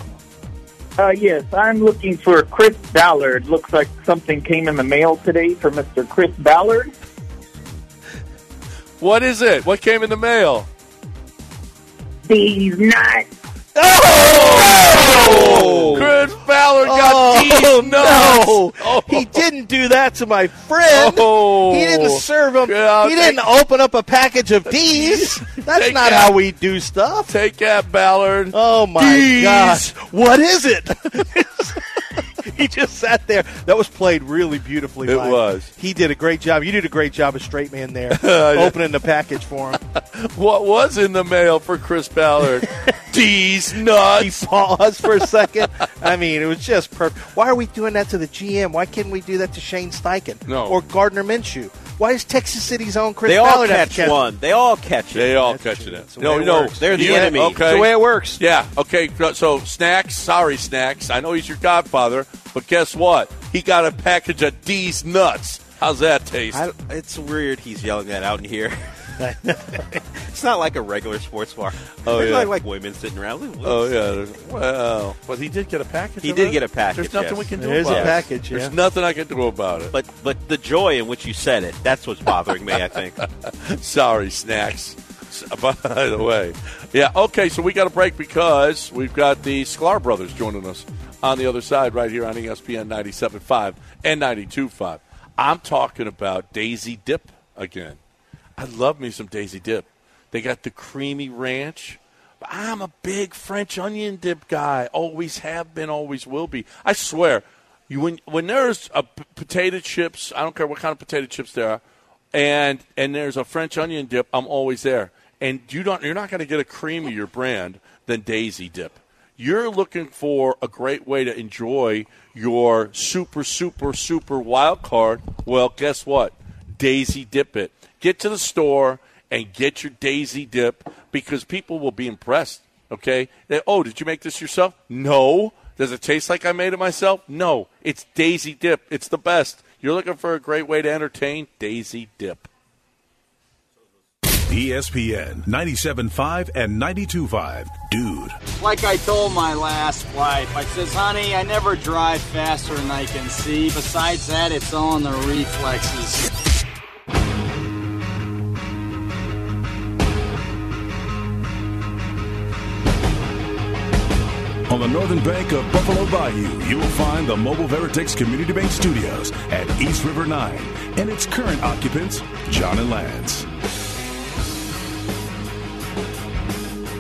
Speaker 12: Uh, yes, I'm looking for Chris Ballard. Looks like something came in the mail today for Mr. Chris Ballard.
Speaker 3: What is it? What came in the mail?
Speaker 12: He's not.
Speaker 3: Chris Ballard got
Speaker 4: Oh,
Speaker 3: these nuts.
Speaker 4: no.
Speaker 3: Oh.
Speaker 4: He didn't do that to my friend.
Speaker 3: Oh.
Speaker 4: He didn't serve him.
Speaker 3: Yeah,
Speaker 4: he
Speaker 3: take-
Speaker 4: didn't open up a package of D's. That's
Speaker 3: Take
Speaker 4: not
Speaker 3: that.
Speaker 4: how we do stuff.
Speaker 3: Take that, Ballard.
Speaker 4: Oh my
Speaker 3: D's.
Speaker 4: gosh. What is it? he just sat there. That was played really beautifully.
Speaker 3: It
Speaker 4: Mike.
Speaker 3: was.
Speaker 4: He did a great job. You did a great job as straight man there,
Speaker 3: did.
Speaker 4: opening the package for him.
Speaker 3: What was in the mail for Chris Ballard? These
Speaker 4: He
Speaker 3: nuts.
Speaker 4: paused for a second. I mean, it was just perfect. Why are we doing that to the GM? Why couldn't we do that to Shane Steichen
Speaker 3: No.
Speaker 4: or Gardner Minshew? Why does Texas City's own Chris
Speaker 5: They all
Speaker 4: Ballard have to
Speaker 5: catch one. They all catch it.
Speaker 3: They all
Speaker 4: That's
Speaker 3: catching
Speaker 4: true.
Speaker 3: it.
Speaker 4: That's the
Speaker 3: No,
Speaker 4: way it
Speaker 3: no,
Speaker 4: works.
Speaker 5: They're the
Speaker 3: you-
Speaker 5: enemy.
Speaker 3: Okay.
Speaker 4: It's the way it works.
Speaker 3: Yeah. Okay. So snacks. Sorry, snacks. I know he's your godfather, but guess what? He got a package of D's nuts. How's that taste?
Speaker 5: I, it's weird he's yelling that out in here. it's not like a regular sports bar.
Speaker 3: Oh,
Speaker 5: There's
Speaker 3: yeah.
Speaker 5: like, like women sitting around. Look, look.
Speaker 3: oh yeah. there's- Well, but he did get a package.
Speaker 5: He
Speaker 3: of
Speaker 5: did
Speaker 3: it.
Speaker 5: get a package,
Speaker 3: There's nothing
Speaker 5: yes.
Speaker 3: we can do
Speaker 4: There's
Speaker 3: about
Speaker 4: a
Speaker 3: it.
Speaker 4: package. Yeah.
Speaker 3: There's nothing I can do about it.
Speaker 5: But but the joy in which you said it, that's what's bothering me, I think.
Speaker 3: Sorry, snacks. S- By the way, yeah. Okay, so we got a break because we've got the Sklar brothers joining us on the other side right here on E ESPN 97.5 and 92.5. I'm talking about Daisy Dip again. I love me some Daisy Dip. They got the creamy ranch. But I'm a big French onion dip guy. Always have been, always will be. I swear, you when when there's a p- potato chips, I don't care what kind of potato chips there are, and and there's a French onion dip, I'm always there. And you don't you're not going to get a creamier brand than Daisy Dip. You're looking for a great way to enjoy your super super super wild card. Well, guess what? Daisy Dip it. Get to the store and get your Daisy Dip because people will be impressed. Okay? They, oh, did you make this yourself? No. Does it taste like I made it myself? No. It's Daisy Dip. It's the best. You're looking for a great way to entertain? Daisy Dip.
Speaker 1: E ESPN 97.5 and 92.5. Dude.
Speaker 9: Like I told my last wife, I says, honey, I never drive faster than I can see. Besides that, it's all in the reflexes.
Speaker 1: On the northern bank of Buffalo Bayou, you will find the Mobile Veritex Community Bank Studios at East River 9 and its current occupants, John and Lance.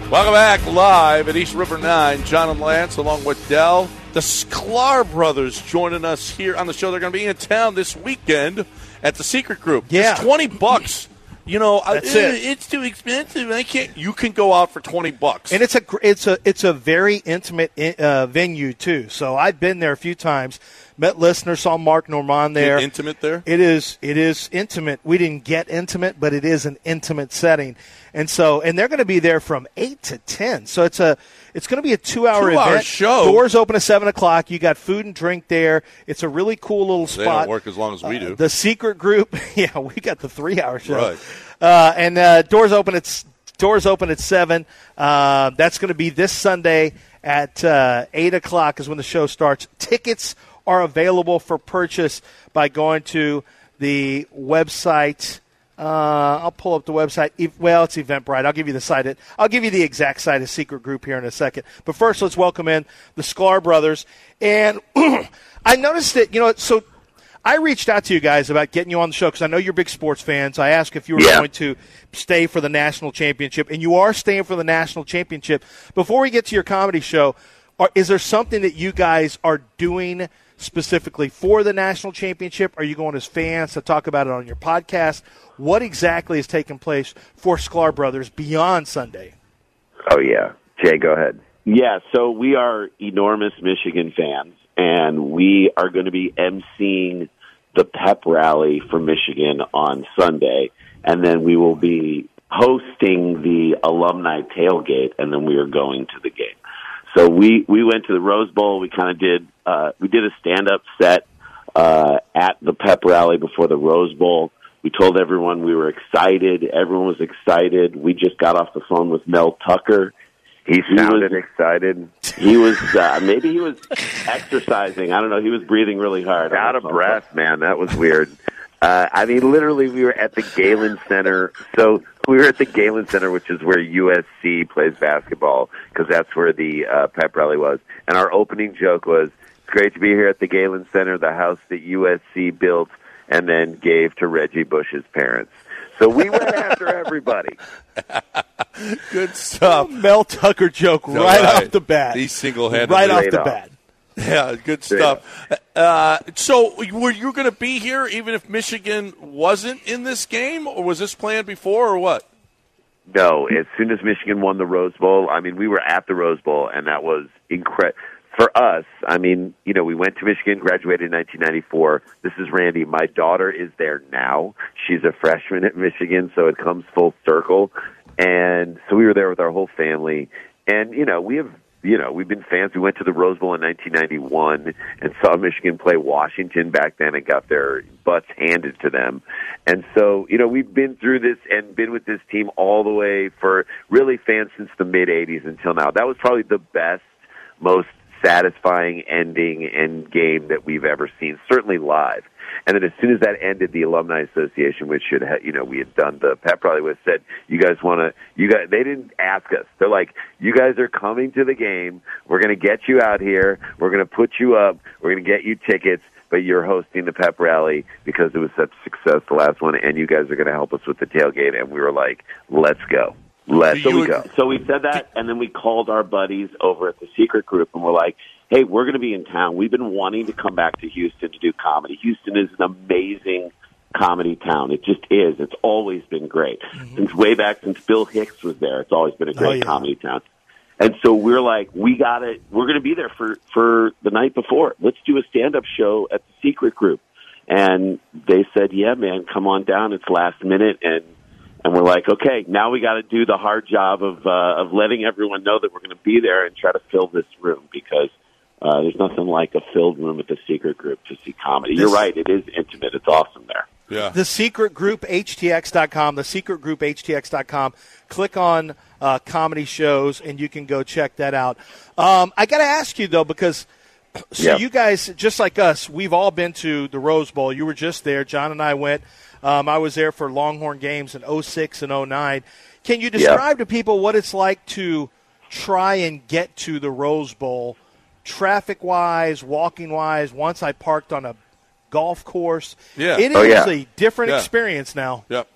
Speaker 3: Welcome back live at East River 9. John and Lance, along with Dell. The Sklar brothers joining us here on the show. They're going to be in town this weekend at the Secret Group.
Speaker 4: Yeah.
Speaker 3: It's 20 bucks. You know, I-
Speaker 4: That's it.
Speaker 3: "Ugh, it's too expensive. I can't. You can go out for 20 bucks.
Speaker 4: And it's a gr- it's a it's a very intimate i- uh, venue too. So I've been there a few times. Met listeners, saw Mark Norman there.
Speaker 3: intimate there?
Speaker 4: It is it is intimate. We didn't get intimate, but it is an intimate setting. And so and they're going to be there from eight to ten. So it's a it's going to be a two hour
Speaker 3: Two-hour
Speaker 4: event.
Speaker 3: show.
Speaker 4: Doors open at seven o'clock. You got food and drink there. It's a really cool little
Speaker 3: They
Speaker 4: spot. uh,
Speaker 3: don't work as long as we do.
Speaker 4: The secret group. yeah, we got the three hour show.
Speaker 3: Right.
Speaker 4: Uh, and uh, doors open at s- doors open at seven. Uh, that's going to be this Sunday at uh, eight o'clock is when the show starts. Tickets are available for purchase by going to the website. Uh, I'll pull up the website. If- Well, it's Eventbrite. I'll give you the site. at- I'll give you the exact site of Secret Group here in a second. But first, let's welcome in the Sklar brothers. And I noticed that you know. So I reached out to you guys about getting you on the show because I know you're big sports fans. I asked if you were going to stay for the national championship, and you are staying for the national championship. Before we get to your comedy show, are, is there something that you guys are doing specifically for the national championship? Are you going as fans to talk about it on your podcast? What exactly is taking place for Sklar Brothers beyond Sunday?
Speaker 13: Oh yeah, Jay, go ahead.
Speaker 14: Yeah, so we are enormous Michigan fans, and we are going to be emceeing the pep rally for Michigan on Sunday, and then we will be hosting the alumni tailgate, and then we are going to the game. So we we went to the Rose Bowl. We kind of did uh, we did a stand up set uh, at the pep rally before the Rose Bowl. We told everyone we were excited. Everyone was excited. We just got off the phone with Mel Tucker.
Speaker 13: He sounded
Speaker 14: was,
Speaker 13: excited.
Speaker 14: He was uh, maybe he was exercising. I don't know. He was breathing really hard.
Speaker 13: Out of breath, man. That was weird. Uh, I mean, literally, we were at the Galen Center. So we were at the Galen Center, which is where USC plays basketball, because that's where the uh, pep rally was. And our opening joke was, "It's great to be here at the Galen Center, the house that USC built and then gave to Reggie Bush's parents." So we went after everybody.
Speaker 3: Good stuff.
Speaker 4: Mel Tucker joke right off the bat.
Speaker 3: He single handed
Speaker 4: Right off the bat.
Speaker 3: Yeah, good
Speaker 4: Straight
Speaker 3: stuff. Uh, so, were you going to be here even if Michigan wasn't in this game, or was this planned before, or what?
Speaker 13: No, as soon as Michigan won the Rose Bowl, I mean, we were at the Rose Bowl, and that was incredible. For us, I mean, you know, we went to Michigan, graduated in 1994. This is Randy. My daughter is there now. She's a freshman at Michigan, so it comes full circle. And so we were there with our whole family. And, you know, we have, you know, we've been fans. We went to the Rose Bowl in 1991 and saw Michigan play Washington back then and got their butts handed to them. And so, you know, we've been through this and been with this team all the way for really fans since the mid 80s until now. That was probably the best, most satisfying ending and game that we've ever seen, certainly live. And then as soon as that ended, the alumni association, which should have, you know, we had done the pep rally, was said, "You guys want to? You guys?" They didn't ask us. They're like, "You guys are coming to the game. We're going to get you out here. We're going to put you up. We're going to get you tickets." But you're hosting the pep rally because it was such success the last one, and you guys are going to help us with the tailgate. And we were like, "Let's go, let's
Speaker 14: so, we,
Speaker 13: go."
Speaker 14: so we said that, and then we called our buddies over at the secret group, and we're like, "Hey, we're going to be in town. We've been wanting to come back to Houston to do comedy. Houston is an amazing comedy town. It just is. It's always been great since way back since Bill Hicks was there. It's always been a great comedy town. And so we're like, we got it. We're going to be there for for the night before. Let's do a stand up show at the secret group. And they said, yeah, man, come on down. It's last minute, and and we're like, okay, now we got to do the hard job of uh, of letting everyone know that we're going to be there and try to fill this room because uh, there's nothing like a filled room at the secret group to see comedy. You're right, it is intimate. It's awesome there.
Speaker 3: Yeah.
Speaker 4: The secret group HTX.com, the secret group HTX.com. Click on uh, comedy shows and you can go check that out. Um, I got to ask you, though, because so
Speaker 13: Yeah.
Speaker 4: you guys, just like us, we've all been to the Rose Bowl. You were just there. John and I went. Um, I was there for Longhorn games in 06 and 09. Can you describe to people what it's like to try and get to the Rose Bowl traffic wise, walking wise? Once I parked on a golf course.
Speaker 13: Yeah.
Speaker 4: It is
Speaker 13: Oh, yeah.
Speaker 4: a different
Speaker 13: Yeah.
Speaker 4: experience now.
Speaker 3: Yep.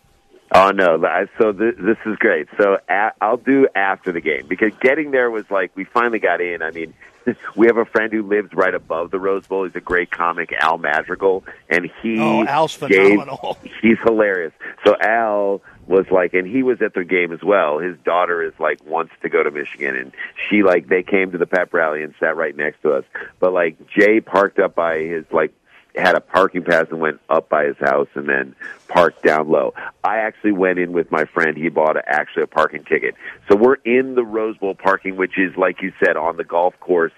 Speaker 13: Oh no! I, so th- this is great. So a- I'll do after the game because getting there was like we finally got in. I mean, we have a friend who lives right above the Rose Bowl. He's a great comic, Al Madrigal, and he
Speaker 4: Oh, Al's
Speaker 13: gave-
Speaker 4: phenomenal.
Speaker 13: he's hilarious. So Al was like, and he was at their game as well. His daughter is like wants to go to Michigan, and she like they came to the pep rally and sat right next to us. But like Jay parked up by his like had a parking pass and went up by his house and then parked down low. I actually went in with my friend. He bought a, actually a parking ticket. So we're in the Rose Bowl parking, which is like you said on the golf course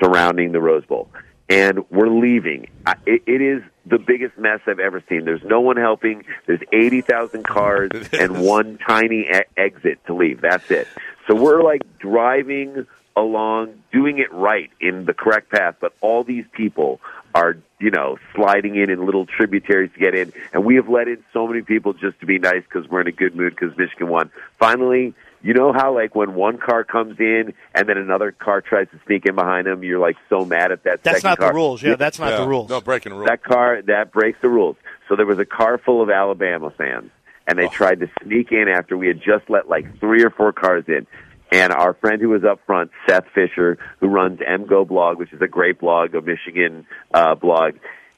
Speaker 13: surrounding the Rose Bowl. And we're leaving. I, it, it is the biggest mess I've ever seen. There's no one helping. There's 80,000 cars and one tiny e- exit to leave. That's it. So we're like driving
Speaker 15: along doing it right in the correct path, but all these people are, you know, sliding in in little tributaries to get in. And we have let in so many people just to be nice because we're in a good mood because Michigan won. Finally, you know how like when one car comes in and then another car tries to sneak in behind them, you're like so mad at that.
Speaker 4: That's
Speaker 15: second
Speaker 4: not the
Speaker 15: car.
Speaker 4: rules. Yeah, that's not the
Speaker 15: Yeah.
Speaker 4: rules.
Speaker 3: No, breaking the rules.
Speaker 15: That car that breaks the rules. So there was a car full of Alabama fans, and they tried to sneak in after we had just let like three or four cars in. And our friend who was up front, Seth Fisher, who runs MGO blog, which is a great blog, a Michigan uh, blog,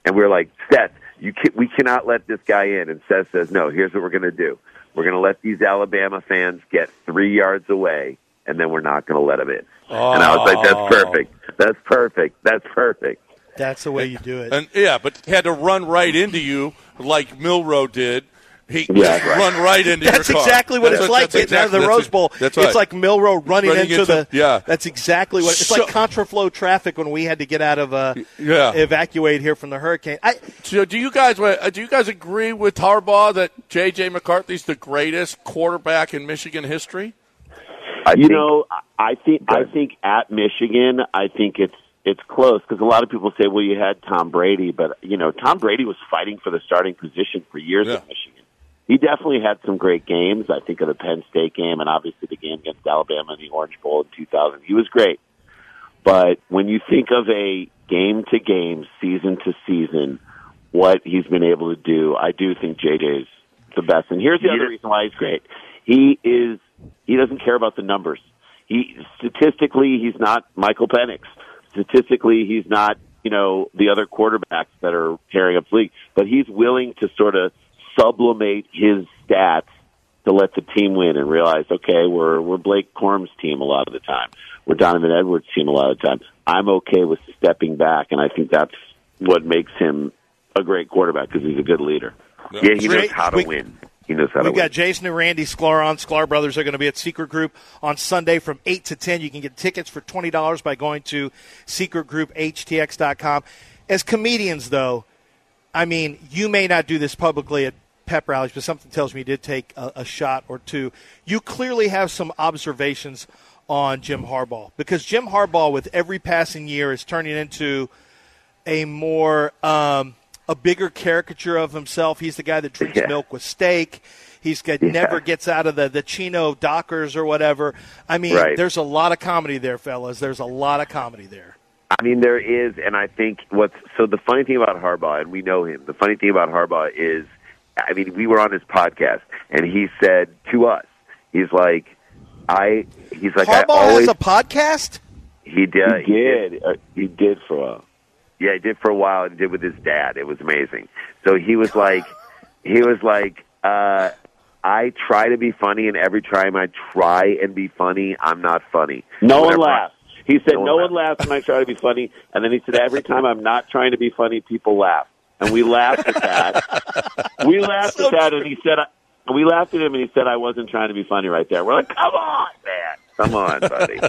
Speaker 15: and we are like, Seth, you can, we cannot let this guy in. And Seth says, No, here's what we're going to do. We're going to let these Alabama fans get three yards away, and then we're not going to let them in. And I was like, That's perfect. That's perfect. That's perfect.
Speaker 4: That's the way you do it.
Speaker 3: And yeah, but he had to run right into you like Milrow did. He
Speaker 15: Yeah, right.
Speaker 3: run right into
Speaker 4: that's
Speaker 3: your car.
Speaker 4: exactly what
Speaker 3: That's
Speaker 4: it's like
Speaker 3: that's
Speaker 4: getting out of the
Speaker 3: exactly-
Speaker 4: Rose Bowl.
Speaker 3: That's right.
Speaker 4: It's like Milrow running,
Speaker 3: Running
Speaker 4: into,
Speaker 3: into-
Speaker 4: the.
Speaker 3: yeah.
Speaker 4: that's exactly what it's
Speaker 3: So-
Speaker 4: like. Contraflow traffic when we had to get out of uh,
Speaker 3: Yeah.
Speaker 4: evacuate here from the hurricane. I,
Speaker 3: So do you guys uh, do you guys agree with Harbaugh that J.J. McCarthy's the greatest quarterback in Michigan history?
Speaker 15: you
Speaker 13: know, I- I think I think at Michigan, I think it's it's close because a lot of people say, well, you had Tom Brady, but you know, Tom Brady was fighting for the starting position for years at Michigan. He definitely had some great games. I think of the Penn State game and obviously the game against Alabama in the Orange Bowl in 2000. He was great. But when you think of a game to game, season to season, what he's been able to do, I do think JJ is the best. And here's the other reason why he's great. He is he doesn't care about the numbers. He statistically he's not Michael Penix. Statistically he's not, you know, the other quarterbacks that are tearing up the league. But he's willing to sort of sublimate his stats to let the team win and realize, okay, we're we're Blake Corm's team a lot of the time. We're Donovan Edwards' team a lot of the time. I'm okay with stepping back, and I think that's what makes him a great quarterback because he's a good leader.
Speaker 15: Yeah, he knows how to win. He knows how to
Speaker 4: We've
Speaker 15: win.
Speaker 4: got Jason and Randy Sklar on. Sklar Brothers are going to be at Secret Group on Sunday from 8 to 10. You can get tickets for $20 by going to secretgrouphtx.com. As comedians, though, I mean, you may not do this publicly at pep rallies, but something tells me you did take a, a shot or two. You clearly have some observations on Jim Harbaugh because Jim Harbaugh, with every passing year, is turning into a more um, a bigger caricature of himself. He's the guy that drinks milk with steak. He's got, never gets out of the, the Chino Dockers or whatever. I mean,
Speaker 15: Right.
Speaker 4: there's a lot of comedy there, fellas. There's a lot of comedy there.
Speaker 15: I mean, there is, and I think what's so the funny thing about Harbaugh, and we know him. The funny thing about Harbaugh is, I mean, we were on his podcast, and he said to us, he's like, I, he's like, I
Speaker 4: Harbaugh
Speaker 15: always,
Speaker 4: has a podcast.
Speaker 15: he did,
Speaker 13: He did. Uh, he did for a while.
Speaker 15: Yeah, he did for a while. and He did with his dad. It was amazing. So he was like, he was like, uh, I try to be funny, and every time I try and be funny, I'm not funny.
Speaker 13: No one
Speaker 15: Whenever I-
Speaker 13: laughs. He said,
Speaker 15: No
Speaker 13: "No,
Speaker 15: one
Speaker 13: one laughs when I try to be funny," and then he said, "Every time I'm not trying to be funny, people laugh." And we laughed at that. We laughed at that, and he said, I, "We laughed at him," and he said, "I wasn't trying to be funny right there." We're like, "Come on, man!"
Speaker 15: Come on, buddy.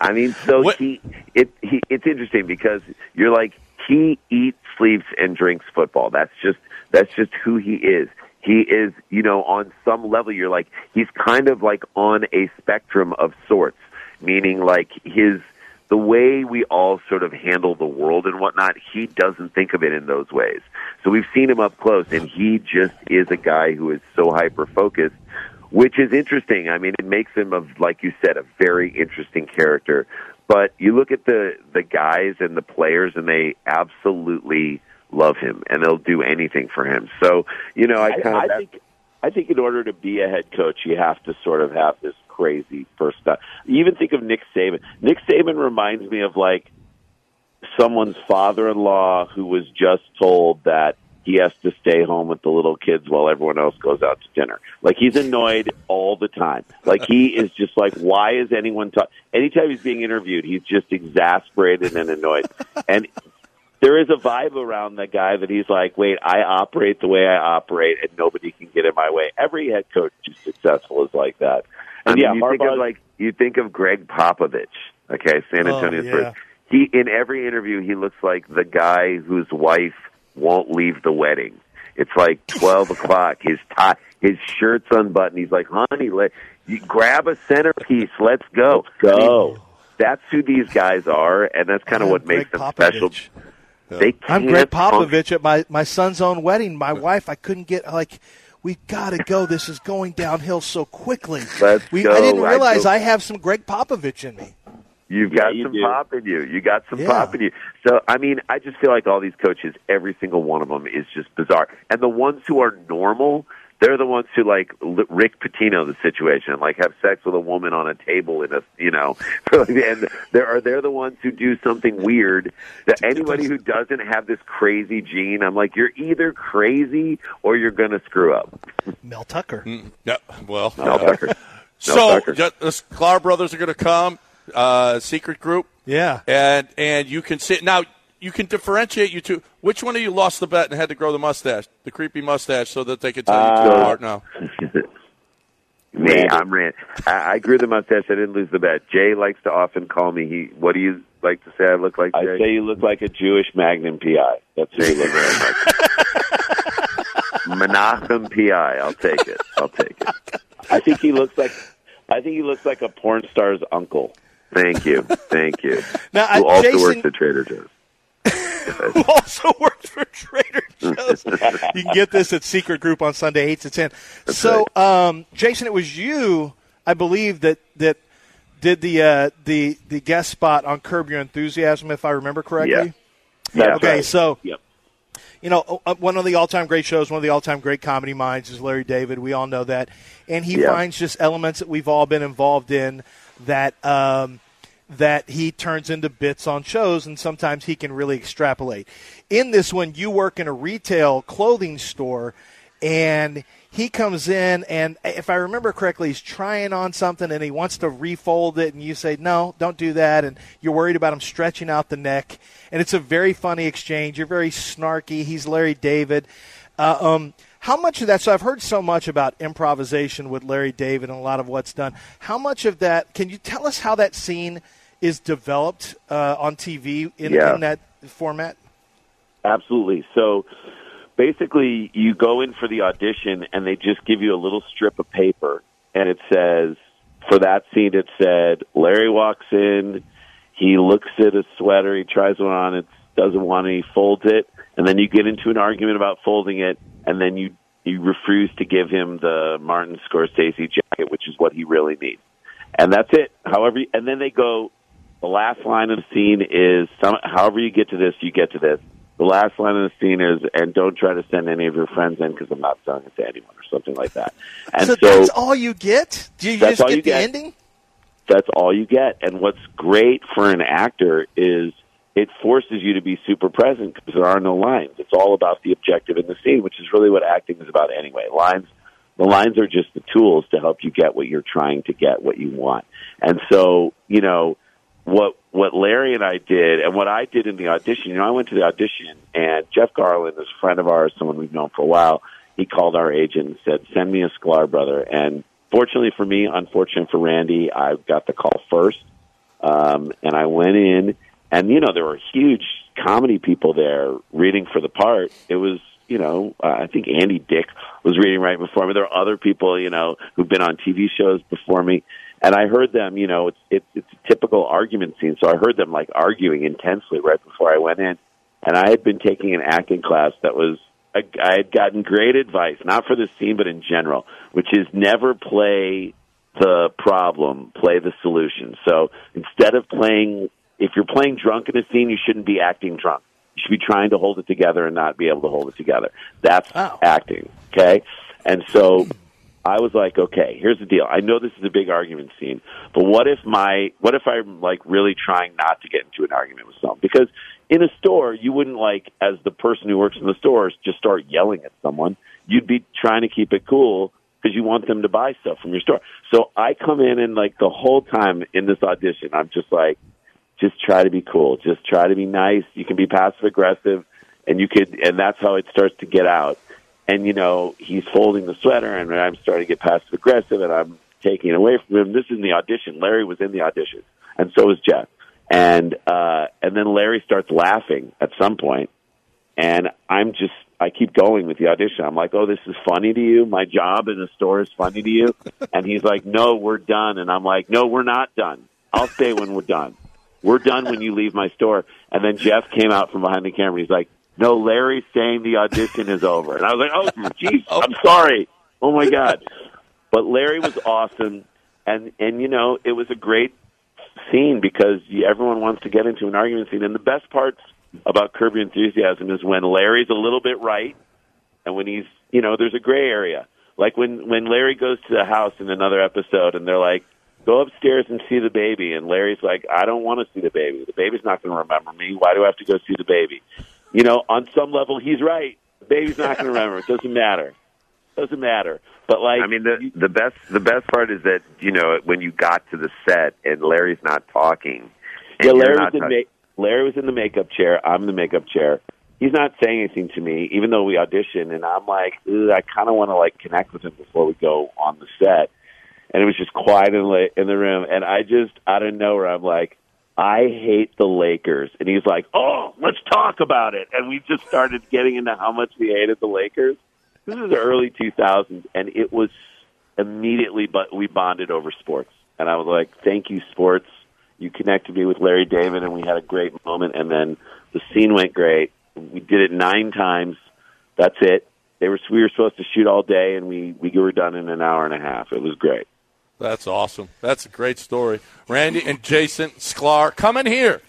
Speaker 15: I mean, so he it he it's interesting because you're like he eats, sleeps, and drinks football. That's just that's just who he is. He is, you know, on some level, you're like he's kind of like on a spectrum of sorts, meaning like his the way we all sort of handle the world and whatnot. He doesn't think of it in those ways. So we've seen him up close, and he just is a guy who is so hyper focused which is interesting. I mean, it makes him of like you said a very interesting character. But you look at the the guys and the players, and they absolutely love him, and they'll do anything for him. So you know, I,
Speaker 13: I-
Speaker 15: kind of
Speaker 13: I think I think in order to be a head coach, you have to sort of have this crazy first step. You Even think of Nick Saban. Nick Saban reminds me of like someone's father-in-law who was just told that he has to stay home with the little kids while everyone else goes out to dinner. Like he's annoyed all the time. Like he is just like, why is anyone talking? Anytime he's being interviewed, he's just exasperated and annoyed. And there is a vibe around the guy that he's like, wait, I operate the way I operate, and nobody can get in my way. Every head coach who's successful is like that.
Speaker 15: I
Speaker 13: And
Speaker 15: mean,
Speaker 13: yeah,
Speaker 15: you think
Speaker 13: Harbaugh's
Speaker 15: of like you think of Greg Popovich, okay, San
Speaker 13: Oh,
Speaker 15: Antonio's
Speaker 13: yeah.
Speaker 15: first. He in every interview he looks like the guy whose wife won't leave the wedding. It's like twelve o'clock. His tie, his shirt's unbuttoned. He's like, "Honey, let you grab a centerpiece. Let's go,
Speaker 13: go."
Speaker 15: That's who these guys are, and that's kind of what makes them special. They
Speaker 4: I'm
Speaker 15: can't
Speaker 4: Greg
Speaker 15: function.
Speaker 4: Popovich at my, my son's own wedding. My wife, I couldn't get like, we've got to go. This is going downhill so quickly.
Speaker 15: Let's
Speaker 4: We,
Speaker 15: go.
Speaker 4: I didn't realize
Speaker 15: go-
Speaker 4: I have some Greg Popovich in me.
Speaker 15: You've got
Speaker 4: you
Speaker 15: some
Speaker 4: do.
Speaker 15: pop in you. You got some
Speaker 4: Yeah.
Speaker 15: pop in you. So I mean, I just feel like all these coaches, every single one of them is just bizarre. And the ones who are normal, they're the ones who like L- Rick Pitino, the situation, like have sex with a woman on a table in a, you know, and there are they're the ones who do something weird. That anybody who doesn't have this crazy gene, I'm like, you're either crazy or you're gonna screw up.
Speaker 4: Mel Tucker.
Speaker 3: Yep. Well,
Speaker 4: Uh,
Speaker 15: Mel
Speaker 3: yeah.
Speaker 15: Tucker. Mel
Speaker 3: so
Speaker 15: Tucker.
Speaker 3: yeah, the Sklar brothers are going to come. Uh, secret group.
Speaker 4: Yeah.
Speaker 3: And and you can sit now. You can differentiate you two. Which one of you lost the bet and had to grow the mustache, the creepy mustache, so that they could tell you two
Speaker 15: Uh,
Speaker 3: apart now?
Speaker 15: Me, I'm Rand. I, I grew the mustache. I didn't lose the bet. Jay likes to often call me. He, what do you like to say? I look like.
Speaker 13: I
Speaker 15: Jay?
Speaker 13: say you look like a Jewish Magnum PI. That's what you look like.
Speaker 15: Menachem PI. I'll take it. I'll take it.
Speaker 13: I think he looks like. I think he looks like a porn star's uncle.
Speaker 15: Thank you. Thank you.
Speaker 4: Now,
Speaker 15: Who
Speaker 4: I-
Speaker 15: also
Speaker 4: Jason-
Speaker 15: works at Trader Joe's.
Speaker 4: Who also works for Trader Joe's. you can get this at Secret Group on Sunday, 8 to 10. so, um, Jason, it was you, I believe, that, that did the, uh, the, the guest spot on Curb Your Enthusiasm, if I remember correctly.
Speaker 15: That's
Speaker 4: okay,
Speaker 15: right.
Speaker 4: so
Speaker 13: Yep.
Speaker 4: you know, uh, one of the all-time great shows, one of the all-time great comedy minds is Larry David. We all know that, and he
Speaker 15: Yeah.
Speaker 4: finds just elements that we've all been involved in that um, that he turns into bits on shows, and sometimes he can really extrapolate. In this one, you work in a retail clothing store, and he comes in, and if I remember correctly, he's trying on something, and he wants to refold it, and you say, "No, don't do that," and you're worried about him stretching out the neck, and it's a very funny exchange. You're very snarky. He's Larry David. Uh, um, how much of that? So I've heard so much about improvisation with Larry David and a lot of what's done. How much of that? Can you tell us how that scene is developed uh, on TV in,
Speaker 13: Yeah.
Speaker 4: in that format?
Speaker 13: Absolutely. So basically, you go in for the audition, and they just give you a little strip of paper, and it says, for that scene, it said, Larry walks in, he looks at a sweater, he tries one on, it doesn't want any, folds it, and then you get into an argument about folding it, and then you you refuse to give him the Martin Scorsese jacket, which is what he really needs, and that's it. However, and then they go. The last line of the scene is, some, however you get to this, you get to this. The last line of the scene is, and don't try to send any of your friends in because I'm not selling it to anyone or something like that. And
Speaker 4: so,
Speaker 13: so,
Speaker 4: that's all you get. Do you
Speaker 13: That's
Speaker 4: just
Speaker 13: all
Speaker 4: get
Speaker 13: you
Speaker 4: the
Speaker 13: get.
Speaker 4: ending?
Speaker 13: that's all you get. And what's great for an actor is it forces you to be super present because there are no lines. It's all about the objective in the scene, which is really what acting is about anyway. Lines, the lines are just the tools to help you get what you're trying to get, what you want. And so, you know, what what Larry and I did, and what I did in the audition. You know, I went to the audition, and Jeff Garland is a friend of ours, someone we've known for a while. He called our agent and said, "Send me a Sklar brother." And fortunately for me, unfortunate for Randy, I got the call first, um, and I went in, and you know there were huge comedy people there reading for the part. It was. You know, uh, I think Andy Dick was reading right before me. There were other people, you know, who've been on TV shows before me and I heard them, you know, it's it's it's a typical argument scene. So I heard them like arguing intensely right before I went in, and I had been taking an acting class that was I, I had gotten great advice, not for this scene, but in general, which is never play the problem, play the solution. So instead of playing, if you're playing drunk in a scene, you shouldn't be acting drunk. You should be trying to hold it together and not be able to hold it together. That's acting, okay? And so I was like, okay, here's the deal. I know this is a big argument scene, but what if my what if I'm like really trying not to get into an argument with someone? Because in a store, you wouldn't like as the person who works in the store just start yelling at someone. You'd be trying to keep it cool because you want them to buy stuff from your store. So I come in and like the whole time in this audition, I'm just like just try to be cool. Just try to be nice. You can be passive aggressive and you could and that's how it starts to get out. And you know, he's folding the sweater and I'm starting to get passive aggressive and I'm taking it away from him. This is in the audition. Larry was in the audition and so was Jeff. And uh and then Larry starts laughing at some point and I'm just I keep going with the audition. I'm like, "Oh, this is funny to you. My job in the store is funny to you." And he's like, "No, we're done." And I'm like, "No, we're not done. I'll stay when we're done. We're done when you leave my store. And then Jeff came out from behind the camera. He's like, No, Larry's saying the audition is over. And I was like, Oh, jeez, I'm sorry. Oh my god. But Larry was awesome, and and you know it was a great scene because you, everyone wants to get into an argument scene. And the best parts about Curb Your Enthusiasm is when Larry's a little bit right, and when he's you know there's a gray area. Like when when Larry goes to the house in another episode, and they're like, "Go upstairs and see the baby," and Larry's like, "I don't want to see the baby. The baby's not going to remember me. Why do I have to go see the baby?" You know, on some level, he's right. The baby's not going to remember. It doesn't matter. Doesn't matter. But like,
Speaker 15: I mean, the the best the best part is that you know when you got to the set and Larry's not talking. and
Speaker 13: Yeah,
Speaker 15: you're
Speaker 13: Larry was
Speaker 15: not
Speaker 13: in
Speaker 15: talk-
Speaker 13: ma- Larry was in the makeup chair. I'm in the makeup chair. He's not saying anything to me, even though we auditioned, and I'm like, "Ugh, I kind of want to like connect with him before we go on the set. And it was just quiet in the in the room, and I just out of nowhere, I'm like, I hate the Lakers, and he's like, Oh, let's talk about it. And we just started getting into how much we hated the Lakers. This is the early 2000s, and it was immediately, but we bonded over sports, and I was like, Thank you, sports you connected me with Larry David, and we had a great moment. And then the scene went great. We did it nine times. That's it. They were we were supposed to shoot all day, and we we were done in an hour and a half. It was great.
Speaker 3: That's awesome. That's a great story. Randy and Jason Sklar coming here.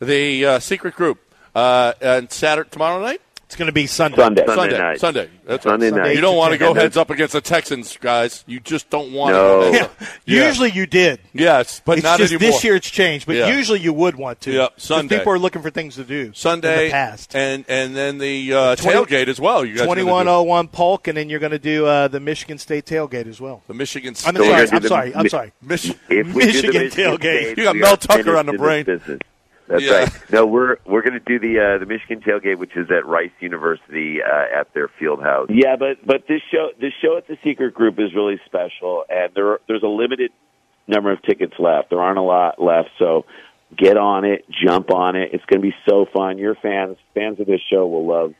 Speaker 3: The uh, secret group uh, and Saturday tomorrow night.
Speaker 4: It's going to be Sunday.
Speaker 15: Sunday.
Speaker 3: Sunday.
Speaker 15: Sunday night.
Speaker 3: Sunday. That's
Speaker 15: Sunday
Speaker 3: right.
Speaker 15: night.
Speaker 3: You don't want to go
Speaker 15: And
Speaker 3: heads up against the Texans, guys. You just don't want
Speaker 15: No.
Speaker 3: to.
Speaker 15: Yeah.
Speaker 4: Usually you did.
Speaker 3: Yes, but
Speaker 4: it's
Speaker 3: not
Speaker 4: just
Speaker 3: anymore.
Speaker 4: This year it's changed, but
Speaker 3: Yeah.
Speaker 4: usually you would want to.
Speaker 3: Yep,
Speaker 4: 'Cause
Speaker 3: Sunday.
Speaker 4: People are looking for things to do.
Speaker 3: Sunday
Speaker 4: In the past.
Speaker 3: and and then the uh,
Speaker 4: 20
Speaker 3: tailgate as well. You guys are gonna do.
Speaker 4: 2101 Polk, and then you're going to do uh, the Michigan State tailgate as well.
Speaker 3: The Michigan State-
Speaker 4: I'm sorry.
Speaker 3: So we're
Speaker 4: I'm
Speaker 3: gonna
Speaker 4: sorry.
Speaker 3: do the
Speaker 4: I'm
Speaker 3: Mi-
Speaker 4: sorry.
Speaker 3: Mich-
Speaker 15: If we do the
Speaker 4: Michigan
Speaker 15: Michigan
Speaker 4: tailgate.
Speaker 15: State,
Speaker 4: you got
Speaker 15: we
Speaker 4: Mel
Speaker 15: are
Speaker 4: Tucker on
Speaker 15: finished
Speaker 4: the
Speaker 15: in
Speaker 4: brain.
Speaker 15: this business. That's
Speaker 3: Yeah.
Speaker 15: right. No, we're we're going to do the uh, the Michigan tailgate, which is at Rice University uh, at their field house.
Speaker 13: Yeah, but but this show this show at the Secret Group is really special, and there are, there's a limited number of tickets left. There aren't a lot left, so get on it, jump on it. It's going to be so fun. Your fans fans of this show will love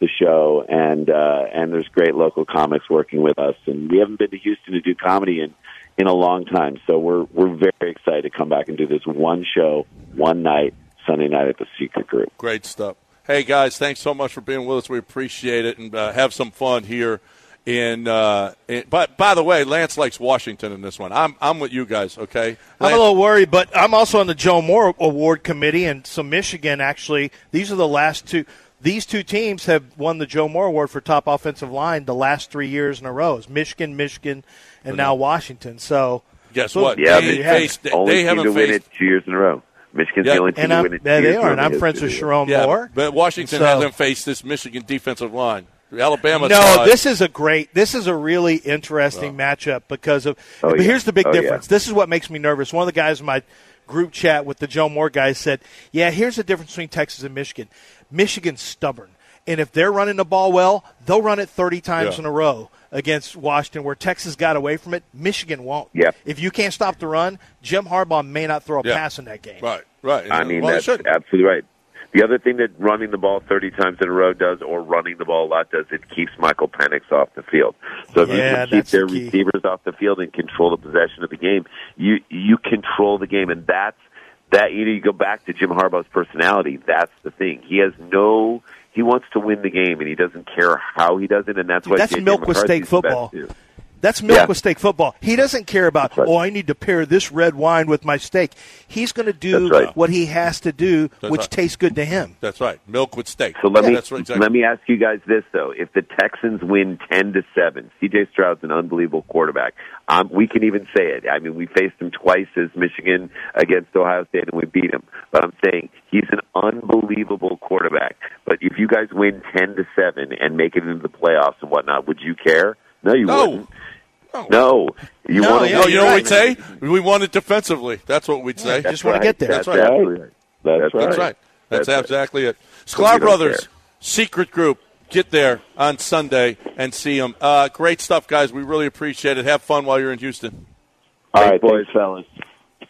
Speaker 13: the show, and uh, and there's great local comics working with us, and we haven't been to Houston to do comedy in in a long time, so we're we're very excited to come back and do this one show, one night, Sunday night at the Secret Group.
Speaker 3: Great stuff. Hey guys, thanks so much for being with us. We appreciate it and uh, have some fun here. In, uh, in but by the way, Lance likes Washington in this one. I'm I'm with you guys. Okay,
Speaker 4: I'm
Speaker 3: Lance,
Speaker 4: a little worried, but I'm also on the Joe Moore Award Committee, and so Michigan actually, these are the last two. These two teams have won the Joe Moore Award for top offensive line the last three years in a row. It's Michigan, Michigan, and now Washington. So
Speaker 3: guess
Speaker 4: so-
Speaker 3: what?
Speaker 15: Yeah,
Speaker 3: they,
Speaker 15: they-
Speaker 3: faced, they,
Speaker 15: Only team
Speaker 3: haven't
Speaker 15: to
Speaker 3: faced
Speaker 15: win it two years in a row. Michigan's
Speaker 3: Yeah.
Speaker 15: the only team
Speaker 4: And
Speaker 15: to
Speaker 4: I'm-
Speaker 15: win it.
Speaker 4: yeah,
Speaker 15: two
Speaker 4: they
Speaker 15: years in a
Speaker 4: are,
Speaker 15: row
Speaker 4: and I'm
Speaker 15: in
Speaker 4: friends with
Speaker 15: history.
Speaker 4: Sharon
Speaker 3: Yeah,
Speaker 4: Moore.
Speaker 3: but Washington
Speaker 4: So-
Speaker 3: hasn't faced this Michigan defensive line. Alabama.
Speaker 4: No,
Speaker 3: saw it.
Speaker 4: this is a great. This is a really interesting matchup because of.
Speaker 15: Oh,
Speaker 4: but
Speaker 15: yeah.
Speaker 4: here's the big
Speaker 15: Oh, yeah.
Speaker 4: difference. This is what makes me nervous. One of the guys in my group chat with the Joe Moore guys said, "Yeah, here's the difference between Texas and Michigan. Michigan's stubborn, and if they're running the ball well, they'll run it 30 times
Speaker 15: Yeah.
Speaker 4: in a row." Against Washington, where Texas got away from it, Michigan won't.
Speaker 15: Yeah.
Speaker 4: If you can't stop the run, Jim Harbaugh may not throw a
Speaker 15: Yeah.
Speaker 4: pass in that game.
Speaker 3: Right, right.
Speaker 15: I mean,
Speaker 3: Well, they
Speaker 15: that's
Speaker 3: shouldn't.
Speaker 15: absolutely right. The other thing that running the ball 30 times in a row does, or running the ball a lot does, it keeps Michael Penix off the field. So if
Speaker 4: Yeah,
Speaker 15: you can keep
Speaker 4: that's the
Speaker 15: their
Speaker 4: key.
Speaker 15: receivers off the field and control the possession of the game, you you control the game, and that's that. You, know, you go back to Jim Harbaugh's personality. That's the thing. He has no. He wants to win the game, and he doesn't care how he does it, and that's
Speaker 4: Dude,
Speaker 15: why
Speaker 4: that's
Speaker 15: J.J.
Speaker 4: milk with steak
Speaker 15: McCarthy's the best
Speaker 4: football.
Speaker 15: too.
Speaker 4: That's milk
Speaker 15: Yeah.
Speaker 4: with steak football. He doesn't care about, oh, I need to pair this red wine with my steak. He's going to do
Speaker 15: That's right.
Speaker 4: what he has to do,
Speaker 15: That's
Speaker 4: which
Speaker 15: right.
Speaker 4: tastes good to him.
Speaker 3: That's right. Milk with steak.
Speaker 15: So let me
Speaker 3: That's right, exactly.
Speaker 15: let me ask you guys this though: if the Texans win ten to seven, CJ Stroud's an unbelievable quarterback. Um, we can even say it. I mean, we faced him twice as Michigan against Ohio State, and we beat him. But I'm saying he's an unbelievable quarterback. But if you guys win ten to seven and make it into the playoffs and whatnot, would you care? No, you wouldn't. No, you
Speaker 3: no,
Speaker 15: want to.
Speaker 3: yeah, Oh, you know what we'd say? We want it defensively. That's what we'd say.
Speaker 15: That's right. That's,
Speaker 3: That's right.
Speaker 15: absolutely right. That's,
Speaker 3: That's right. That's,
Speaker 15: That's
Speaker 3: exactly it.
Speaker 15: So we
Speaker 3: Sklar
Speaker 15: don't
Speaker 3: Brothers,
Speaker 15: care.
Speaker 3: secret group. Get there on Sunday and see them. Uh, great stuff, guys. We really appreciate it. Have fun while you're in Houston.
Speaker 13: All right, thanks, fellas.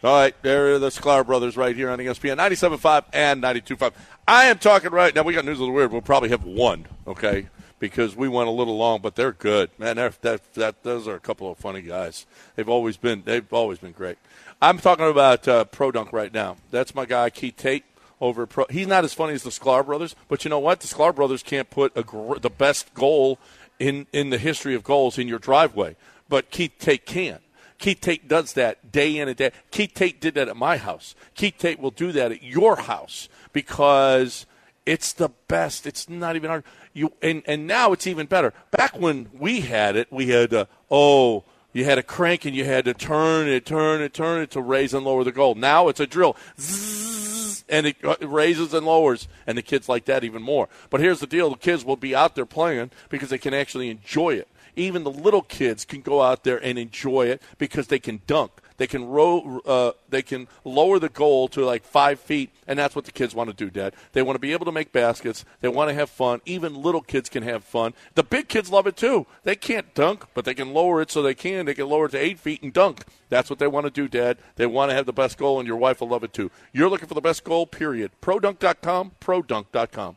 Speaker 3: All right, there are the Sklar brothers right here on E ESPN 97.5 and 92.5. I am talking right now. We got news of the weird. We'll probably have one, okay? because we went a little long, but they're good, man. That, that, that those are a couple of funny guys. They've always been they've always been great. I'm talking about uh, Pro Dunk right now. That's my guy Keith Tate over at Pro. He's not as funny as the Sklar brothers, but you know what? The Sklar brothers can't put a gr- the best goal in in the history of goals in your driveway, but Keith Tate can. Keith Tate does that day in and day. Keith Tate did that at my house. Keith Tate will do that at your house because it's the best. It's not even hard. You and and now it's even better. Back when we had it, we had uh, oh, you had a crank and you had to turn it, turn it, turn it to raise and lower the goal. Now it's a drill. Zzzz, and it uh, raises and lowers, and the kids like that even more. But here's the deal: the kids will be out there playing because they can actually enjoy it. Even the little kids can go out there and enjoy it because they can dunk. They can row, uh, they can lower the goal to like five feet, and that's what the kids want to do, Dad. They want to be able to make baskets. They want to have fun. Even little kids can have fun. The big kids love it too. They can't dunk, but they can lower it so they can. They can lower it to eight feet and dunk. That's what they want to do, Dad. They want to have the best goal, and your wife will love it too. You're looking for the best goal, period. ProDunk.com, ProDunk.com.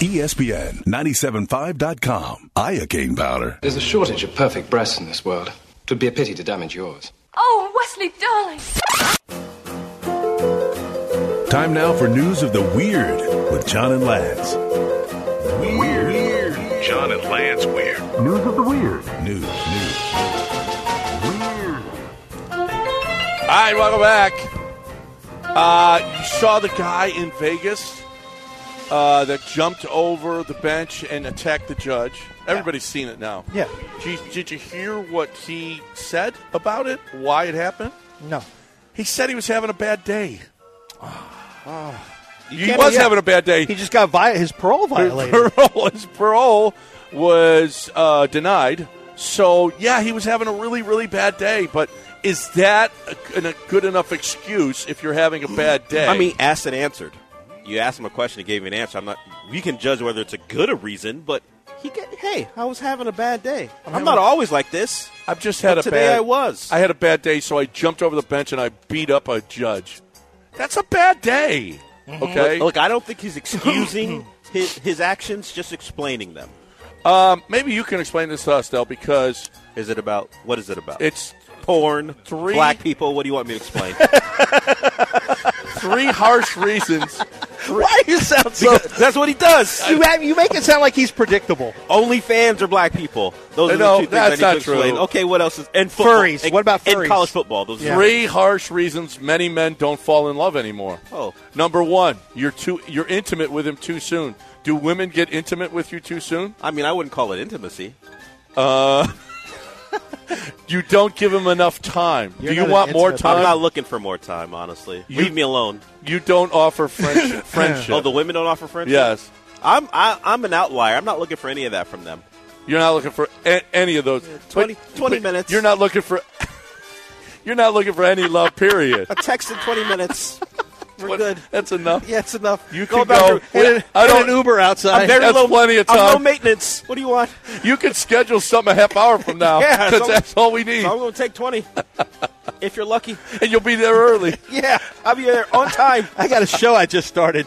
Speaker 1: E ESPN 975.com. Iocane powder.
Speaker 16: There's a shortage of perfect breasts in this world. It would be a pity to damage yours.
Speaker 17: Oh, Wesley, darling.
Speaker 1: Time now for news of the weird with John and Lance. Weird. weird. John and Lance Weird. News of the weird. News, news.
Speaker 3: All right, welcome back. Uh, you saw the guy in Vegas uh, that jumped over the bench and attacked the judge. Everybody's seen it now.
Speaker 4: Yeah.
Speaker 3: Did you, did you hear what he said about it? Why it happened?
Speaker 4: No.
Speaker 3: He said he was having a bad day. he
Speaker 4: can't-
Speaker 3: was
Speaker 4: Ah. yeah.
Speaker 3: having a bad day.
Speaker 4: He just got vi- his parole violated.
Speaker 3: His parole, his parole was uh, denied. So yeah, he was having a really, really bad day. But is that a, a good enough excuse if you're having a bad day?
Speaker 5: I mean, asked and answered. You asked him a question, he gave you an answer. I'm not. You can judge whether it's a good a reason, but he get. Hey, I was having a bad day. I'm,
Speaker 3: having
Speaker 5: not
Speaker 3: a-
Speaker 5: always like this.
Speaker 3: I've just had
Speaker 5: But
Speaker 3: a
Speaker 5: today
Speaker 3: bad.
Speaker 5: I was.
Speaker 3: I had a bad day, so I jumped over the bench and I beat up a judge. That's a bad day. Okay.
Speaker 5: Look, look, I don't think he's excusing his his actions, just explaining them.
Speaker 3: Um, maybe you can explain this to us, though, because
Speaker 5: is it about what is it about?
Speaker 3: It's
Speaker 5: porn,
Speaker 3: three
Speaker 5: black people. What do you want me to explain?
Speaker 3: three harsh reasons.
Speaker 4: Why you sound so?
Speaker 5: that's what he does.
Speaker 4: You, have- you make it sound like he's predictable.
Speaker 5: Only fans are black people. Those are the
Speaker 3: No,
Speaker 5: two things I
Speaker 3: that's
Speaker 5: need
Speaker 3: not
Speaker 5: to explain.
Speaker 3: true.
Speaker 5: Okay, what else is and football.
Speaker 4: Furries.
Speaker 5: And-
Speaker 4: What about
Speaker 5: And
Speaker 4: furries?
Speaker 5: college football. Those are
Speaker 3: Three harsh reasons many men don't fall in love anymore.
Speaker 5: Oh.
Speaker 3: Number one, you're too you're intimate with him too soon. Do women get intimate with you too soon?
Speaker 5: I mean, I wouldn't call it intimacy.
Speaker 3: Uh, you don't give him enough time.
Speaker 5: You're
Speaker 3: Do you
Speaker 5: not
Speaker 3: want
Speaker 5: an
Speaker 3: more
Speaker 5: intimate- I'm
Speaker 3: time?
Speaker 5: not looking for more time, honestly.
Speaker 3: You-
Speaker 5: Leave me alone.
Speaker 3: You don't offer friendship. friendship.
Speaker 5: Oh, the women don't offer friendship.
Speaker 3: Yes.
Speaker 5: I'm I, I'm an outlier. I'm not looking for any of that from them.
Speaker 3: You're not looking for a- any of those.
Speaker 5: 20 20 minutes.
Speaker 3: You're not looking for. You're not looking for any love. Period.
Speaker 5: A text in 20 minutes. We're
Speaker 3: What-
Speaker 5: good.
Speaker 3: That's enough.
Speaker 5: Yeah, it's enough.
Speaker 3: You
Speaker 5: Go
Speaker 3: can
Speaker 5: about
Speaker 3: go.
Speaker 5: your- Hit
Speaker 3: I
Speaker 5: hit
Speaker 3: don't-
Speaker 5: I'm very
Speaker 3: That's
Speaker 5: low,
Speaker 3: plenty of
Speaker 5: I'm low
Speaker 3: time.
Speaker 5: maintenance. What do you want?
Speaker 3: you can schedule something a half hour from now.
Speaker 5: Yeah, it's
Speaker 3: 'cause
Speaker 5: only-
Speaker 3: that's all we need,
Speaker 5: So I'm going to take 20. if you're lucky.
Speaker 3: and you'll be there early.
Speaker 5: Yeah, I'll be there on time.
Speaker 4: I got a show I just started.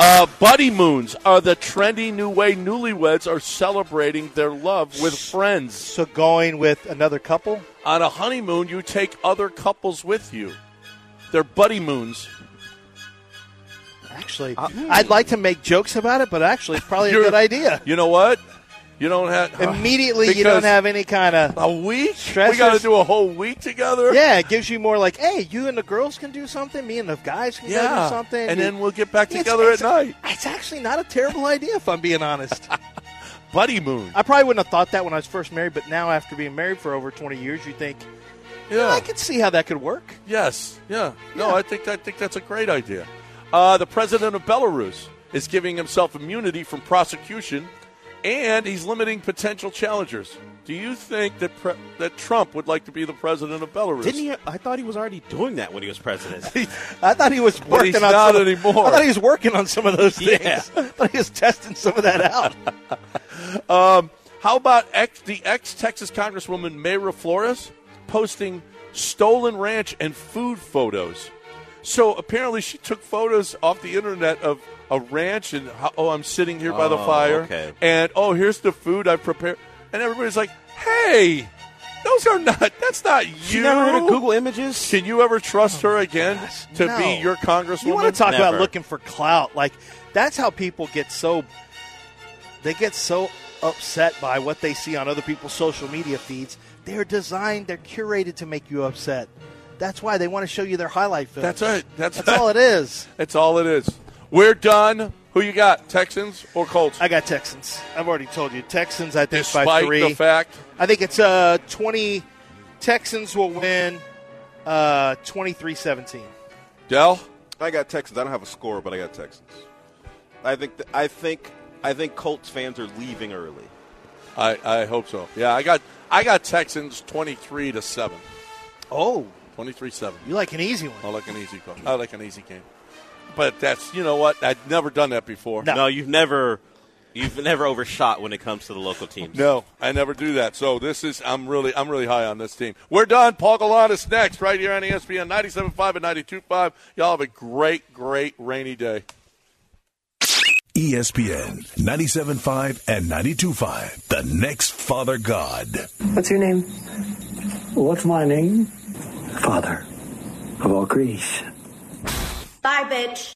Speaker 3: Uh, buddy moons are the trendy new way newlyweds are celebrating their love with friends.
Speaker 4: So going with another couple.
Speaker 3: On a honeymoon, you take other couples with you. They're buddy moons.
Speaker 4: Actually, Uh,
Speaker 3: hmm.
Speaker 4: I'd like to make jokes about it, but actually, it's probably a good idea.
Speaker 3: You know what? You don't have
Speaker 4: Immediately, you don't
Speaker 3: Because
Speaker 4: have any kind of
Speaker 3: a week.
Speaker 4: stress.
Speaker 3: We got to do a whole week together.
Speaker 4: Yeah, it gives you more like, hey, you and the girls can do something, me and the guys can go
Speaker 3: Yeah.
Speaker 4: do something,
Speaker 3: And
Speaker 4: You-
Speaker 3: then we'll get back
Speaker 4: It's-
Speaker 3: together
Speaker 4: it's-
Speaker 3: at night.
Speaker 4: It's actually not a terrible idea, if I'm being honest.
Speaker 3: Buddy moon.
Speaker 4: I probably wouldn't have thought that when I was first married, but now after being married for over 20 years, you think, yeah, I could see how that could work.
Speaker 3: Yes. Yeah. No, I think I think that's a great idea. Uh, the president of Belarus is giving himself immunity from prosecution, and he's limiting potential challengers. Do you think that pre- that Trump would like to be the president of Belarus?
Speaker 5: Didn't he? I thought he was already doing that when he was president.
Speaker 4: I thought he was working
Speaker 3: But he's
Speaker 4: on
Speaker 3: not
Speaker 4: some,
Speaker 3: anymore.
Speaker 4: I thought he was working on some of those things.
Speaker 3: Yeah.
Speaker 4: I thought he was testing some of that out.
Speaker 3: Um, how about ex- the ex Texas Congresswoman Mayra Flores posting stolen ranch and food photos? So apparently, she took photos off the internet of a ranch and how, oh, I'm sitting here by the
Speaker 5: Oh,
Speaker 3: fire,
Speaker 5: okay.
Speaker 3: and oh, here's the food I prepared, and everybody's like, "Hey, those are not. That's not you."
Speaker 5: She never heard of Google Images.
Speaker 3: Can you ever trust her again to be
Speaker 4: Oh no.
Speaker 3: your congresswoman?
Speaker 4: You want to talk about looking for clout? Like that's how people get so they get so upset by what they see on other people's social media feeds. They're designed, they're curated to make you upset. That's why they want to show you their highlight film.
Speaker 3: That's right. That's,
Speaker 4: all it is.
Speaker 3: That's all it is. We're done. Who you got? Texans or Colts?
Speaker 4: I got Texans. I've already told you Texans. I think by
Speaker 3: Despite
Speaker 4: three.
Speaker 3: the fact-
Speaker 4: I think it's uh, twenty. Texans will win uh, 23-17.
Speaker 3: Dell?
Speaker 18: I got Texans. I don't have a score, but I got Texans. I think th- I think I think Colts fans are leaving early.
Speaker 3: I, I hope so. Yeah, I got I got Texans twenty three to seven.
Speaker 4: Oh.
Speaker 3: 23-7.
Speaker 4: You like an easy one.
Speaker 3: I like an easy call. I like an easy game. But that's you know what? I've never done that before.
Speaker 5: No. you've never, you've never overshot when it comes to the local teams.
Speaker 3: No, I never do that. So this is I'm really I'm really high on this team. We're done. Paul Galanis next, right here on E ESPN 97.5 and 92.5. Y'all have a great, great rainy day.
Speaker 1: E ESPN 97.5 and 92.5. The next Father God.
Speaker 19: What's your name? What's my name? Father of all Greece.
Speaker 20: Bye, bitch.